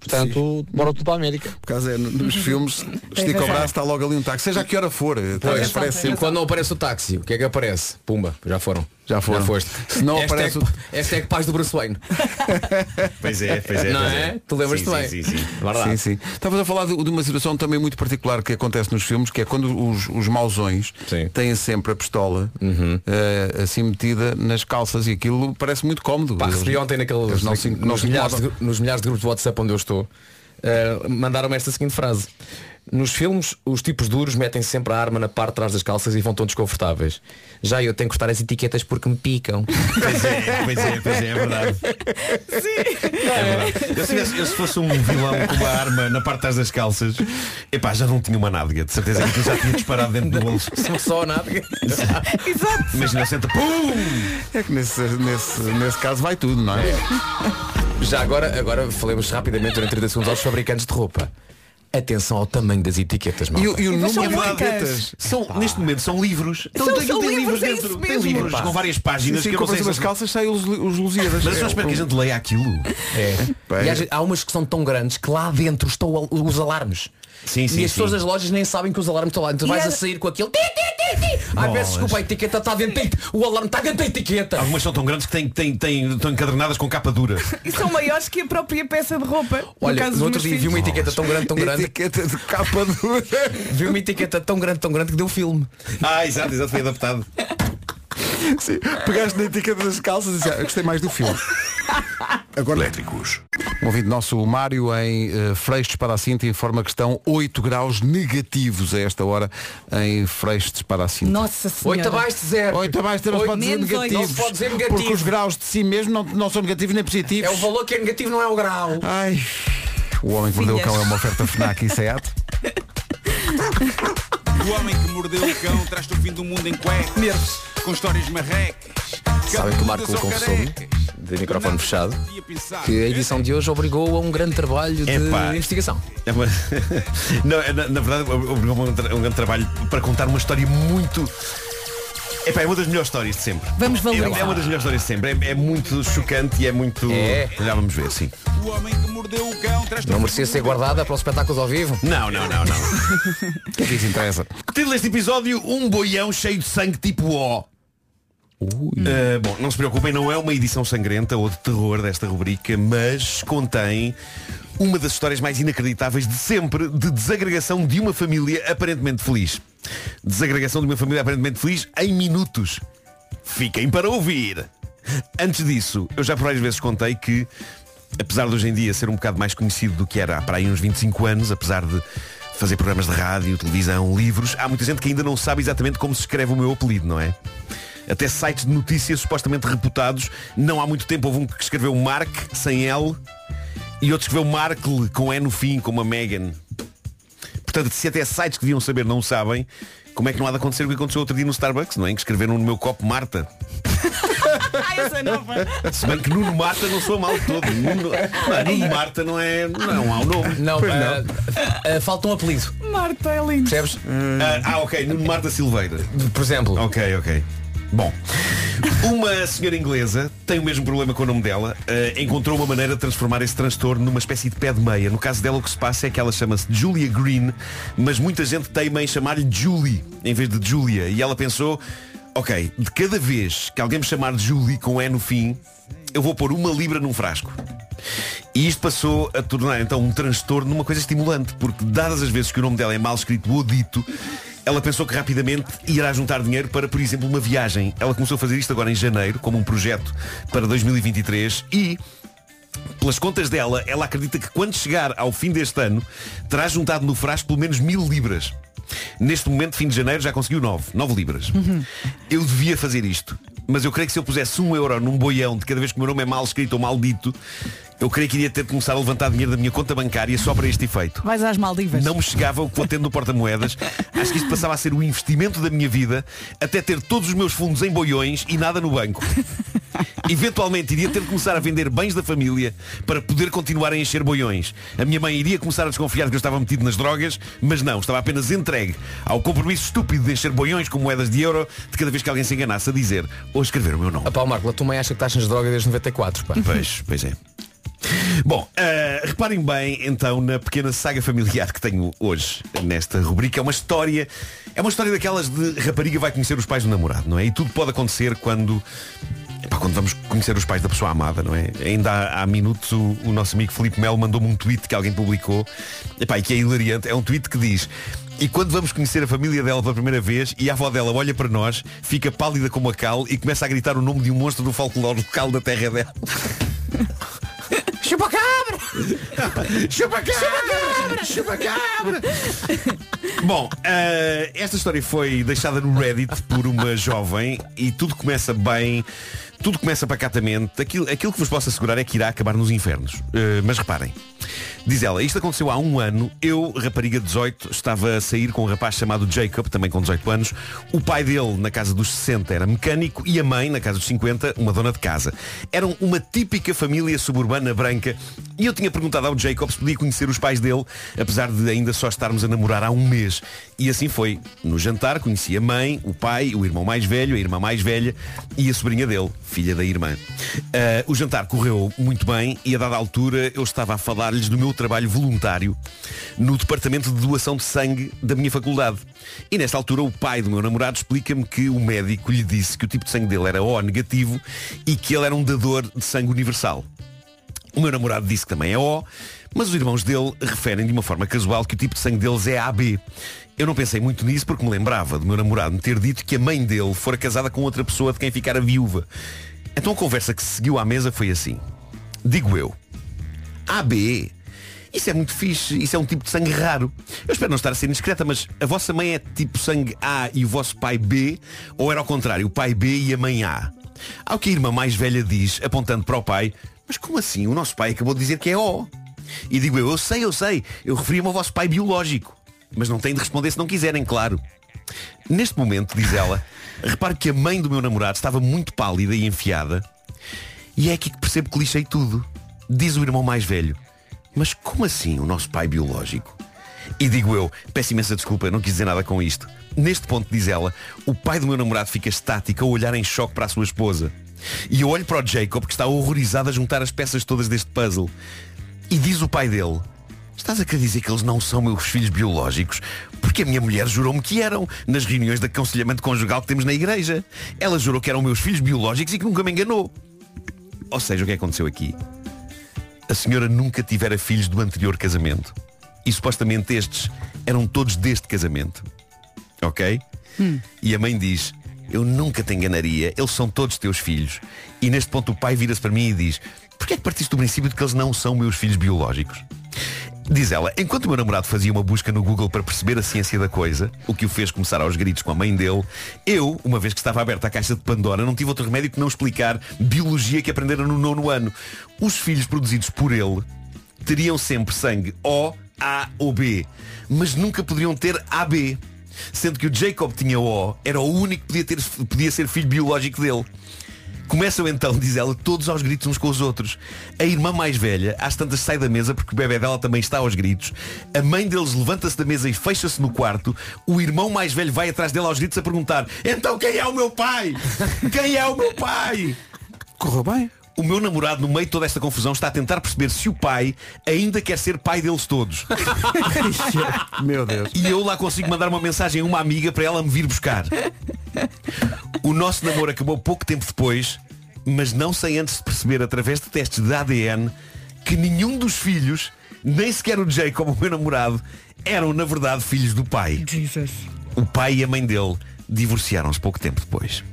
[SPEAKER 15] Portanto, bora tudo para a América.
[SPEAKER 2] Por causa é, nos filmes, estica o
[SPEAKER 15] razão.
[SPEAKER 2] braço, está logo ali um táxi, seja a que hora for.
[SPEAKER 8] Pois,
[SPEAKER 2] Pois, parece
[SPEAKER 8] e
[SPEAKER 2] sempre.
[SPEAKER 8] quando não aparece o táxi, o que é que aparece? Pumba, já foram. Já
[SPEAKER 2] foram.
[SPEAKER 8] foste. é
[SPEAKER 2] Se não
[SPEAKER 8] Hashtag-
[SPEAKER 2] aparece o-
[SPEAKER 8] Hashtag paz do Bruce Wayne.
[SPEAKER 16] Pois é, pois é.
[SPEAKER 8] Não
[SPEAKER 16] pois
[SPEAKER 8] é? Tu lembras-te
[SPEAKER 16] Sim,
[SPEAKER 8] bem.
[SPEAKER 16] Sim, sim, sim.
[SPEAKER 2] Sim, sim. Estavas a falar de, de uma situação também muito particular que acontece nos filmes, que é quando os, os mauzões têm sempre a pistola eh, assim metida nas calças e aquilo parece muito cómodo.
[SPEAKER 8] Pá,
[SPEAKER 2] Eles-
[SPEAKER 8] recebi ontem naqueles
[SPEAKER 2] eles não se- não
[SPEAKER 8] nos,
[SPEAKER 2] se
[SPEAKER 8] milhares de,
[SPEAKER 2] incomodam.
[SPEAKER 8] gru- nos milhares de grupos de WhatsApp onde eu estou, uh, mandaram-me esta seguinte frase. Nos filmes, os tipos duros metem sempre a arma na parte de trás das calças e vão tão desconfortáveis. Já eu tenho que cortar as etiquetas porque me picam.
[SPEAKER 16] Pois é, pois é, pois é, é verdade. É verdade. Eu, se, tivesse- eu se fosse um vilão com uma arma na parte de trás das calças, epá, já não tinha uma nádega, de certeza que eu já tinha disparado dentro do bolso.
[SPEAKER 8] Só a nádega.
[SPEAKER 16] Imagina, senta, pum!
[SPEAKER 2] É que nesse, nesse, nesse caso vai tudo, não é?
[SPEAKER 8] Já agora, agora falemos rapidamente durante 30 segundos aos fabricantes de roupa. Atenção ao tamanho das etiquetas, malta.
[SPEAKER 16] E o- e o E número são de
[SPEAKER 8] de
[SPEAKER 16] brancas. etiquetas? São- neste momento são livros. Então, tem- tem livros
[SPEAKER 2] é
[SPEAKER 17] é
[SPEAKER 16] dentro. Tem livros com várias páginas
[SPEAKER 2] Sim, sim,
[SPEAKER 16] que eu não sei
[SPEAKER 2] compras
[SPEAKER 16] se-
[SPEAKER 2] umas calças saem os, os Lusíadas.
[SPEAKER 16] Mas eu só
[SPEAKER 2] É,
[SPEAKER 16] espero que a gente leia aquilo.
[SPEAKER 8] É. E às vezes há umas que são tão grandes que lá dentro estão al- os alarmes.
[SPEAKER 16] Sim, sim,
[SPEAKER 8] e as pessoas
[SPEAKER 16] sim.
[SPEAKER 8] das lojas nem sabem que os alarmes estão lá. Então
[SPEAKER 16] E
[SPEAKER 8] vais
[SPEAKER 16] era-
[SPEAKER 8] a sair com aquilo. Ti, ti, ti, aqui! Ai,
[SPEAKER 16] Bolas.
[SPEAKER 8] peço desculpa, a etiqueta está dentro da etiqueta. O alarme está dentro da etiqueta.
[SPEAKER 16] Algumas são tão grandes que têm, têm, têm, estão encadernadas com capa dura.
[SPEAKER 17] E são maiores que a própria peça de roupa.
[SPEAKER 8] Olha,
[SPEAKER 17] caso
[SPEAKER 8] no,
[SPEAKER 17] dos
[SPEAKER 8] outro
[SPEAKER 17] meus
[SPEAKER 8] dia vi
[SPEAKER 17] filhos.
[SPEAKER 8] uma etiqueta tão grande, tão grande.
[SPEAKER 2] Etiqueta de capa dura.
[SPEAKER 8] Vi uma etiqueta tão grande, tão grande que deu filme.
[SPEAKER 16] Ah, exato, exato, foi adaptado.
[SPEAKER 2] Sim, pegaste na etiqueta das calças e disse, "Ah, gostei mais do filme. Agora... Elétricos. Um ouvinte nosso, o Mário, em eh, Freixos para a Cinta, informa que estão 8 graus negativos a esta hora em Freixos para a Cinta.
[SPEAKER 4] Nossa
[SPEAKER 2] Senhora.
[SPEAKER 8] Oito abaixo de zero.
[SPEAKER 2] Oito abaixo de zero,
[SPEAKER 8] Oito-
[SPEAKER 2] pode dizer
[SPEAKER 8] menos oito.
[SPEAKER 2] negativos.
[SPEAKER 8] Não se pode dizer
[SPEAKER 2] Porque os
[SPEAKER 8] negativo.
[SPEAKER 2] graus de si mesmo não, não são negativos nem positivos.
[SPEAKER 8] É o valor que é negativo, não é o grau.
[SPEAKER 2] Ai. O Homem que Mordeu o Cão é uma oferta FNAC e SEAT.
[SPEAKER 18] O homem que mordeu o cão traz-te o fim do mundo em cuecas. Com histórias marrecas.
[SPEAKER 8] Sabem que o Marco confessou-me, de microfone fechado, que a edição de hoje obrigou a um grande trabalho de
[SPEAKER 16] Epá.
[SPEAKER 8] investigação.
[SPEAKER 16] É uma- Não, é, na, na verdade, obrigou-me a um, tra- um grande trabalho para contar uma história muito. Epá, é uma das melhores histórias de sempre.
[SPEAKER 4] Vamos valorizar.
[SPEAKER 16] É, é uma das melhores histórias de sempre. É, é muito chocante e é muito.
[SPEAKER 8] É.
[SPEAKER 16] Já vamos ver, sim.
[SPEAKER 18] O homem que mordeu o cão traz-te um-
[SPEAKER 8] Não merecia ser guardada para os espetáculos ao vivo?
[SPEAKER 16] Não, não, não, não.
[SPEAKER 2] O que é que isso interessa?
[SPEAKER 16] Título deste episódio, um boião cheio de sangue tipo O. Ah, bom, não se preocupem, não é uma edição sangrenta ou de terror desta rubrica, mas contém uma das histórias mais inacreditáveis de sempre de desagregação de uma família aparentemente feliz. Desagregação de uma família aparentemente feliz em minutos. Fiquem para ouvir. Antes disso, eu já por várias vezes contei que, apesar de hoje em dia ser um bocado mais conhecido do que era há para aí uns 25 anos, apesar de fazer programas de rádio, televisão, livros, há muita gente que ainda não sabe exatamente como se escreve o meu apelido, não é? Até sites de notícias supostamente reputados, não há muito tempo houve um que escreveu Mark sem L e outro escreveu Markle com E no fim, como a Megan. Portanto, se até sites que deviam saber não sabem, como é que não há de acontecer o que aconteceu outro dia no Starbucks, não é? Em que escreveram no meu copo Marta.
[SPEAKER 4] Ah,
[SPEAKER 17] Ai, essa é nova.
[SPEAKER 16] Se bem que Nuno Marta não sou mal todo. Nuno, Não, Nuno Marta não é. Não há o nome.
[SPEAKER 8] Não,
[SPEAKER 16] Pois
[SPEAKER 8] ah, ah, falta um apelido.
[SPEAKER 17] Marta é lindo.
[SPEAKER 8] Percebes?
[SPEAKER 16] Ah, ah, ok, Nuno Marta Silveira.
[SPEAKER 8] Por exemplo.
[SPEAKER 16] Ok, ok. Bom. Uma senhora inglesa tem o mesmo problema com o nome dela. ah, encontrou uma maneira de transformar esse transtorno numa espécie de pé de meia. No caso dela o que se passa é que ela chama-se Julia Green, mas muita gente teima em chamar-lhe Julie em vez de Julia. E ela pensou, ok, de cada vez que alguém me chamar de Julie com E no fim, eu vou pôr uma libra num frasco. E isto passou a tornar então um transtorno numa coisa estimulante, porque dadas as vezes que o nome dela é mal escrito ou dito, ela pensou que rapidamente irá juntar dinheiro para, por exemplo, uma viagem. Ela começou a fazer isto agora em janeiro, como um projeto para 2023 e pelas contas dela, ela acredita que quando chegar ao fim deste ano, terá juntado no frasco pelo menos mil libras. Neste momento, fim de janeiro, já conseguiu nove. Nove libras. Eu devia fazer isto. Mas eu creio que se eu pusesse um euro num boião de cada vez que o meu nome é mal escrito ou mal dito, eu creio que iria ter de começar a levantar dinheiro da minha conta bancária só para este efeito.
[SPEAKER 4] Vais às Maldivas.
[SPEAKER 16] Não me chegava o que vou tendo no porta-moedas. Acho que isto passava a ser o investimento da minha vida até ter todos os meus fundos em boiões e nada no banco. Eventualmente iria ter de começar a vender bens da família para poder continuar a encher boiões. A minha mãe iria começar a desconfiar que eu estava metido nas drogas, mas não, estava apenas entregue ao compromisso estúpido de encher boiões com moedas de euro de cada vez que alguém se enganasse a dizer ou a escrever o meu nome.
[SPEAKER 8] Pá, Marco, a tua mãe acha que estás nas drogas desde 94, pá.
[SPEAKER 16] Pois, pois é. Bom, ah, reparem bem então na pequena saga familiar que tenho hoje nesta rubrica. É uma história, é uma história daquelas de rapariga vai conhecer os pais do namorado, não é? E tudo pode acontecer quando, epá, quando vamos conhecer os pais da pessoa amada, não é? Ainda há, há minutos o, o nosso amigo Filipe Melo mandou-me um tweet que alguém publicou epá, e que é hilariante. É um tweet que diz e quando vamos conhecer a família dela pela primeira vez e a avó dela olha para nós, fica pálida como a cal e começa a gritar o nome de um monstro do folclore local da terra dela.
[SPEAKER 17] Chupacabra!
[SPEAKER 16] Chupacabra! Chupacabra! Bom, eh, esta história foi deixada no Reddit por uma jovem e tudo começa bem, tudo começa pacatamente. Aquilo, aquilo que vos posso assegurar é que irá acabar nos infernos. Eh, mas reparem, diz ela, isto aconteceu há um ano, eu, rapariga de 18, estava a sair com um rapaz chamado Jacob, também com 18 anos. O pai dele, na casa dos 60, era mecânico e a mãe, na casa dos 50, uma dona de casa. Eram uma típica família suburbana branca e eu tinha perguntado ao Jacob se podia conhecer os pais dele, apesar de ainda só estarmos a namorar há um mês. E assim foi. No jantar conheci a mãe, o pai, o irmão mais velho, a irmã mais velha e a sobrinha dele, filha da irmã. Ah, o jantar correu muito bem e a dada altura eu estava a falar-lhes do meu trabalho voluntário no departamento de doação de sangue da minha faculdade. E nesta altura o pai do meu namorado explica-me que o médico lhe disse que o tipo de sangue dele era O negativo e que ele era um dador de sangue universal. O meu namorado disse que também é O, mas os irmãos dele referem de uma forma casual que o tipo de sangue deles é AB. Eu não pensei muito nisso porque me lembrava do meu namorado me ter dito que a mãe dele fora casada com outra pessoa de quem ficara viúva. Então a conversa que se seguiu à mesa foi assim. Digo eu. AB. Isso é muito fixe, isso é um tipo de sangue raro. Eu espero não estar a ser indiscreta, mas a vossa mãe é tipo sangue A e o vosso pai B, ou era ao contrário, o pai B e a mãe A? Ao que a irmã mais velha diz, apontando para o pai, mas como assim? O nosso pai acabou de dizer que é O. E digo eu, eu sei, eu sei, eu referia-me ao vosso pai biológico. Mas não têm de responder se não quiserem, claro. Neste momento, diz ela, repare que a mãe do meu namorado estava muito pálida e enfiada. E é aqui que percebo que lixei tudo. Diz o irmão mais velho. Mas como assim o nosso pai biológico? E digo eu, peço imensa desculpa, eu não quis dizer nada com isto. Neste ponto, diz ela, o pai do meu namorado fica estático a olhar em choque para a sua esposa. E eu olho para o Jacob, que está horrorizado a juntar as peças todas deste puzzle. E diz o pai dele, estás a querer dizer que eles não são meus filhos biológicos? Porque a minha mulher jurou-me que eram, nas reuniões de aconselhamento conjugal que temos na igreja. Ela jurou que eram meus filhos biológicos e que nunca me enganou. Ou seja, o que aconteceu aqui? A senhora nunca tivera filhos do anterior casamento. E supostamente estes eram todos deste casamento. Ok? E a mãe diz, eu nunca te enganaria, eles são todos teus filhos. E neste ponto o pai vira-se para mim e diz, porquê é que partiste do princípio de que eles não são meus filhos biológicos? Diz ela, enquanto o meu namorado fazia uma busca no Google para perceber a ciência da coisa, o que o fez começar aos gritos com a mãe dele, eu, uma vez que estava aberta a caixa de Pandora, não tive outro remédio que não explicar biologia que aprenderam no nono ano. Os filhos produzidos por ele teriam sempre sangue O, A ou B, mas nunca poderiam ter AB. Sendo que o Jacob tinha O, era o único que podia, ter, podia ser filho biológico dele. Começam então, diz ela, todos aos gritos uns com os outros. A irmã mais velha, às tantas, sai da mesa porque o bebê dela também está aos gritos. A mãe deles levanta-se da mesa e fecha-se no quarto. O irmão mais velho vai atrás dela aos gritos a perguntar Então quem é o meu pai? Quem é o meu pai? Correu bem. O meu namorado, no meio de toda esta confusão, está a tentar perceber se o pai ainda quer ser pai deles todos. meu Deus. E eu lá consigo mandar uma mensagem a uma amiga para ela me vir buscar. O nosso namoro acabou pouco tempo depois, mas não sem antes de perceber, através de testes de ADN, que nenhum dos filhos, nem sequer o Jacob, o meu namorado, eram na verdade filhos do pai. O pai e a mãe dele divorciaram-se pouco tempo depois.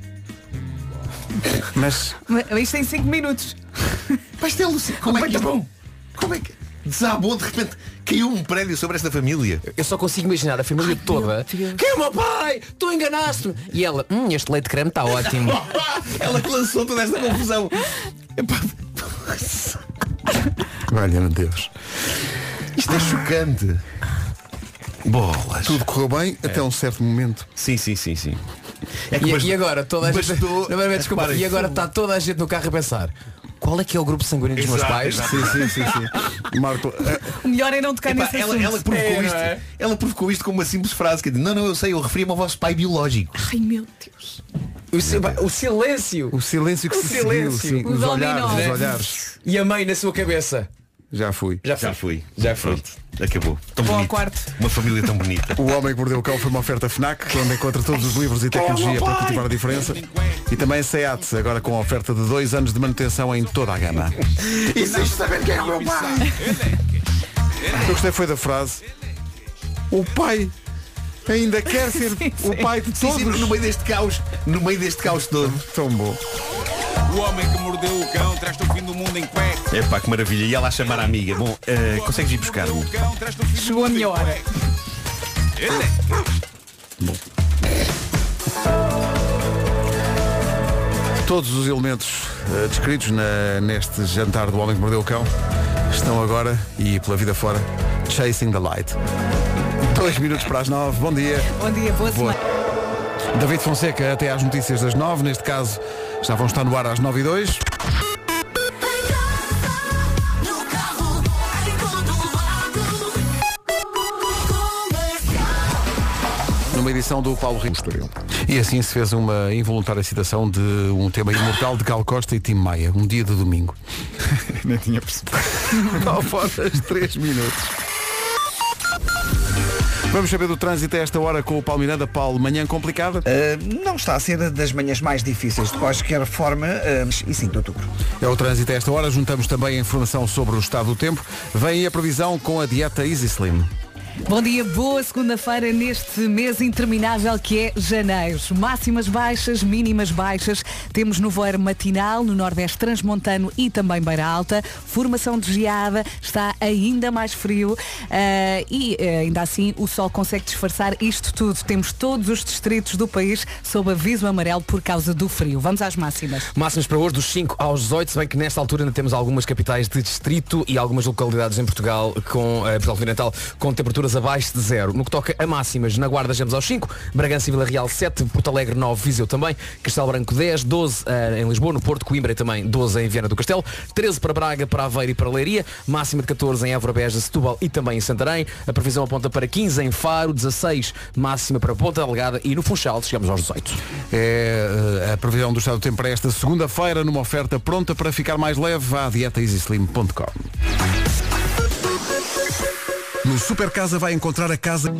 [SPEAKER 16] Mas
[SPEAKER 17] Mas Isto tem 5 minutos.
[SPEAKER 16] Pastelo, como é que bom? Como é que desabou de repente? Caiu um prédio sobre esta família.
[SPEAKER 8] Eu só consigo imaginar a família toda. Quem é o meu pai? Tu enganaste-me. E ela, hum, este leite creme está ótimo.
[SPEAKER 16] ela que lançou toda esta confusão.
[SPEAKER 2] Olha, meu Deus.
[SPEAKER 16] Isto é chocante. Bolas.
[SPEAKER 2] Tudo correu bem até um certo momento.
[SPEAKER 16] Sim, sim, sim, sim.
[SPEAKER 8] e, e agora toda a gente. Não, mas, desculpa, e agora está toda a gente no carro a pensar. Qual é que é o grupo sanguíneo dos meus
[SPEAKER 2] Exato,
[SPEAKER 8] pais?
[SPEAKER 2] exato. Sim, sim, sim, sim. Marco, eh,
[SPEAKER 17] O melhor é não tocar
[SPEAKER 16] Epá,
[SPEAKER 17] nesse
[SPEAKER 16] ela,
[SPEAKER 17] assunto.
[SPEAKER 4] assim.
[SPEAKER 16] ela provocou
[SPEAKER 17] É, não
[SPEAKER 16] isto,
[SPEAKER 17] é?
[SPEAKER 16] ela provocou isto com uma simples frase que diz, não, não, eu sei, eu referi-me ao vosso pai biológico.
[SPEAKER 17] Ai meu Deus.
[SPEAKER 8] O, si- o silêncio.
[SPEAKER 2] O silêncio que
[SPEAKER 8] O
[SPEAKER 2] se
[SPEAKER 8] silêncio.
[SPEAKER 2] seguiu, sim,
[SPEAKER 8] Os
[SPEAKER 2] os, olhares,
[SPEAKER 8] dominós.
[SPEAKER 2] os olhares.
[SPEAKER 8] E a mãe na sua cabeça.
[SPEAKER 2] Já fui.
[SPEAKER 8] Já fui. Já fui. Já fui.
[SPEAKER 16] Pronto, acabou. Tão
[SPEAKER 8] Vou ao
[SPEAKER 16] bonito.
[SPEAKER 8] quarto.
[SPEAKER 16] Uma família tão bonita.
[SPEAKER 2] O Homem que Mordeu o Cão foi uma oferta FNAC, onde encontra todos os livros e tecnologia para cultivar a diferença. E também a SEAT, agora com a oferta de dois anos de manutenção em toda a gama.
[SPEAKER 6] Existe saber quem é o meu pai.
[SPEAKER 2] O que eu gostei foi da frase O pai ainda quer ser o pai de
[SPEAKER 16] Sim,
[SPEAKER 2] todos
[SPEAKER 16] sim, no meio deste caos, no meio deste caos todo.
[SPEAKER 2] Tão bom.
[SPEAKER 18] O homem que mordeu o cão traz-te o fim do mundo em cueca.
[SPEAKER 16] Epá, que maravilha. E ela a chamar a amiga. Bom, eh, consegues ir buscar-me?
[SPEAKER 17] Chegou a minha hora.
[SPEAKER 2] Todos os elementos eh, descritos na- neste jantar do Homem que Mordeu o Cão estão agora, e pela vida fora, chasing the light. Dois minutos para as nove, bom dia.
[SPEAKER 4] Bom dia, boa,
[SPEAKER 2] Boa.
[SPEAKER 4] semana.
[SPEAKER 2] David Fonseca até às notícias das nove, neste caso já vão estar no ar às nove e dois. Numa edição do Paulo Rico E assim se fez uma involuntária citação de um tema imortal de Gal Costa e Tim Maia, um dia de domingo.
[SPEAKER 19] Nem tinha percebido.
[SPEAKER 2] 9 horas 3 minutos. Vamos saber do trânsito a esta hora com o Paulo Miranda. Paulo, manhã complicada?
[SPEAKER 14] Ah, não está a ser das manhãs mais difíceis de qualquer forma ah, e 5 de outubro.
[SPEAKER 2] É o trânsito a esta hora. Juntamos também a informação sobre o estado do tempo. Vem aí a previsão com a dieta Easy Slim.
[SPEAKER 4] Bom dia, boa segunda-feira neste mês interminável que é janeiro. Máximas baixas, mínimas baixas. Temos no voeiro matinal, no Nordeste Transmontano e também Beira Alta. Formação de geada, está ainda mais frio ah, e eh, ainda assim o sol consegue disfarçar isto tudo. Temos todos os distritos do país sob aviso amarelo por causa do frio. Vamos às máximas.
[SPEAKER 8] Máximos para hoje dos 5 aos 18, se bem que nesta altura ainda temos algumas capitais de distrito e algumas localidades em Portugal, com, eh, Portugal Continental com temperaturas abaixo de zero. No que toca a máximas, na Guarda chegamos aos 5, Bragança e Vila Real 7, Porto Alegre 9, Viseu também, Castelo Branco 10, 12 eh, em Lisboa, no Porto, Coimbra e também 12 em Viana do Castelo, 13 para Braga, para Aveiro e para Leiria, máxima de 14 em Évora Beja, Setúbal e também em Santarém, a previsão aponta para 15 em Faro, 16 máxima para Ponta Delgada e no Funchal chegamos aos 18.
[SPEAKER 2] É eh, a previsão do estado do tempo para esta segunda-feira numa oferta pronta para ficar mais leve. Vá a dietaeasyslim.com. No Super Casa vai encontrar a casa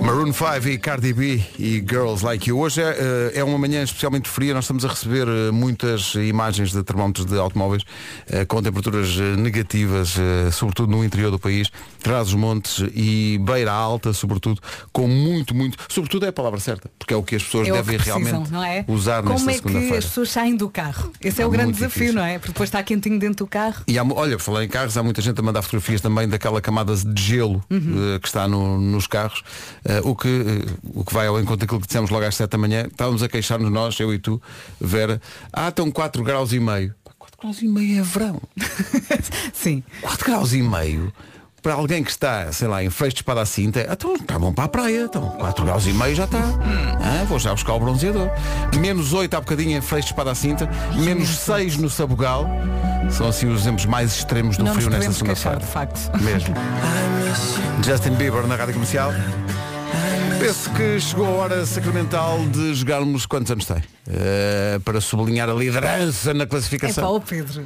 [SPEAKER 2] Maroon 5 e Cardi B e Girls Like You. Hoje é, eh, é uma manhã especialmente fria. Nós estamos a receber eh, muitas imagens de termómetros de automóveis eh, com temperaturas eh, negativas, eh, sobretudo no interior do país, traz os montes e beira alta, sobretudo, com muito, muito. Sobretudo é a palavra certa, porque é o que as pessoas
[SPEAKER 4] É o que
[SPEAKER 2] devem
[SPEAKER 4] precisam,
[SPEAKER 2] realmente
[SPEAKER 4] não é?
[SPEAKER 2] usar
[SPEAKER 4] Como
[SPEAKER 2] nesta
[SPEAKER 4] é que
[SPEAKER 2] segunda-feira.
[SPEAKER 4] as pessoas saem do carro? Esse é,
[SPEAKER 2] É
[SPEAKER 4] o grande
[SPEAKER 2] muito
[SPEAKER 4] desafio,
[SPEAKER 2] difícil.
[SPEAKER 4] não é? Porque depois está quentinho dentro do carro.
[SPEAKER 2] E há, mu- olha, falei em carros, há muita gente a mandar fotografias também daquela camada de gelo
[SPEAKER 4] Uhum.
[SPEAKER 2] eh, que está no- nos carros, eh, o, que, eh, o que vai ao encontro daquilo que dissemos logo às 7 da manhã, estávamos a queixar-nos nós, eu e tu, Vera, ah, estão 4 graus e meio. 4 graus e meio é verão.
[SPEAKER 4] Sim.
[SPEAKER 2] 4 graus e meio para alguém que está, sei lá, em fecho de espada à cinta, ah, então está bom para a praia, então 4 graus e meio já está.
[SPEAKER 4] Hum.
[SPEAKER 2] Ah, vou já buscar o bronzeador. Menos 8 há bocadinho em fecho de espada à cinta, menos 6 no sabugal. São assim os exemplos mais extremos do
[SPEAKER 4] Não nos
[SPEAKER 2] frio nesta
[SPEAKER 4] podemos queixar,
[SPEAKER 2] segunda-feira.
[SPEAKER 4] de facto.
[SPEAKER 2] Mesmo. Justin Bieber na Rádio Comercial. Penso que chegou a hora sacramental de jogarmos quantos anos tem? Eh, para sublinhar a liderança na
[SPEAKER 4] É pá,
[SPEAKER 2] classificação.
[SPEAKER 4] o Pedro.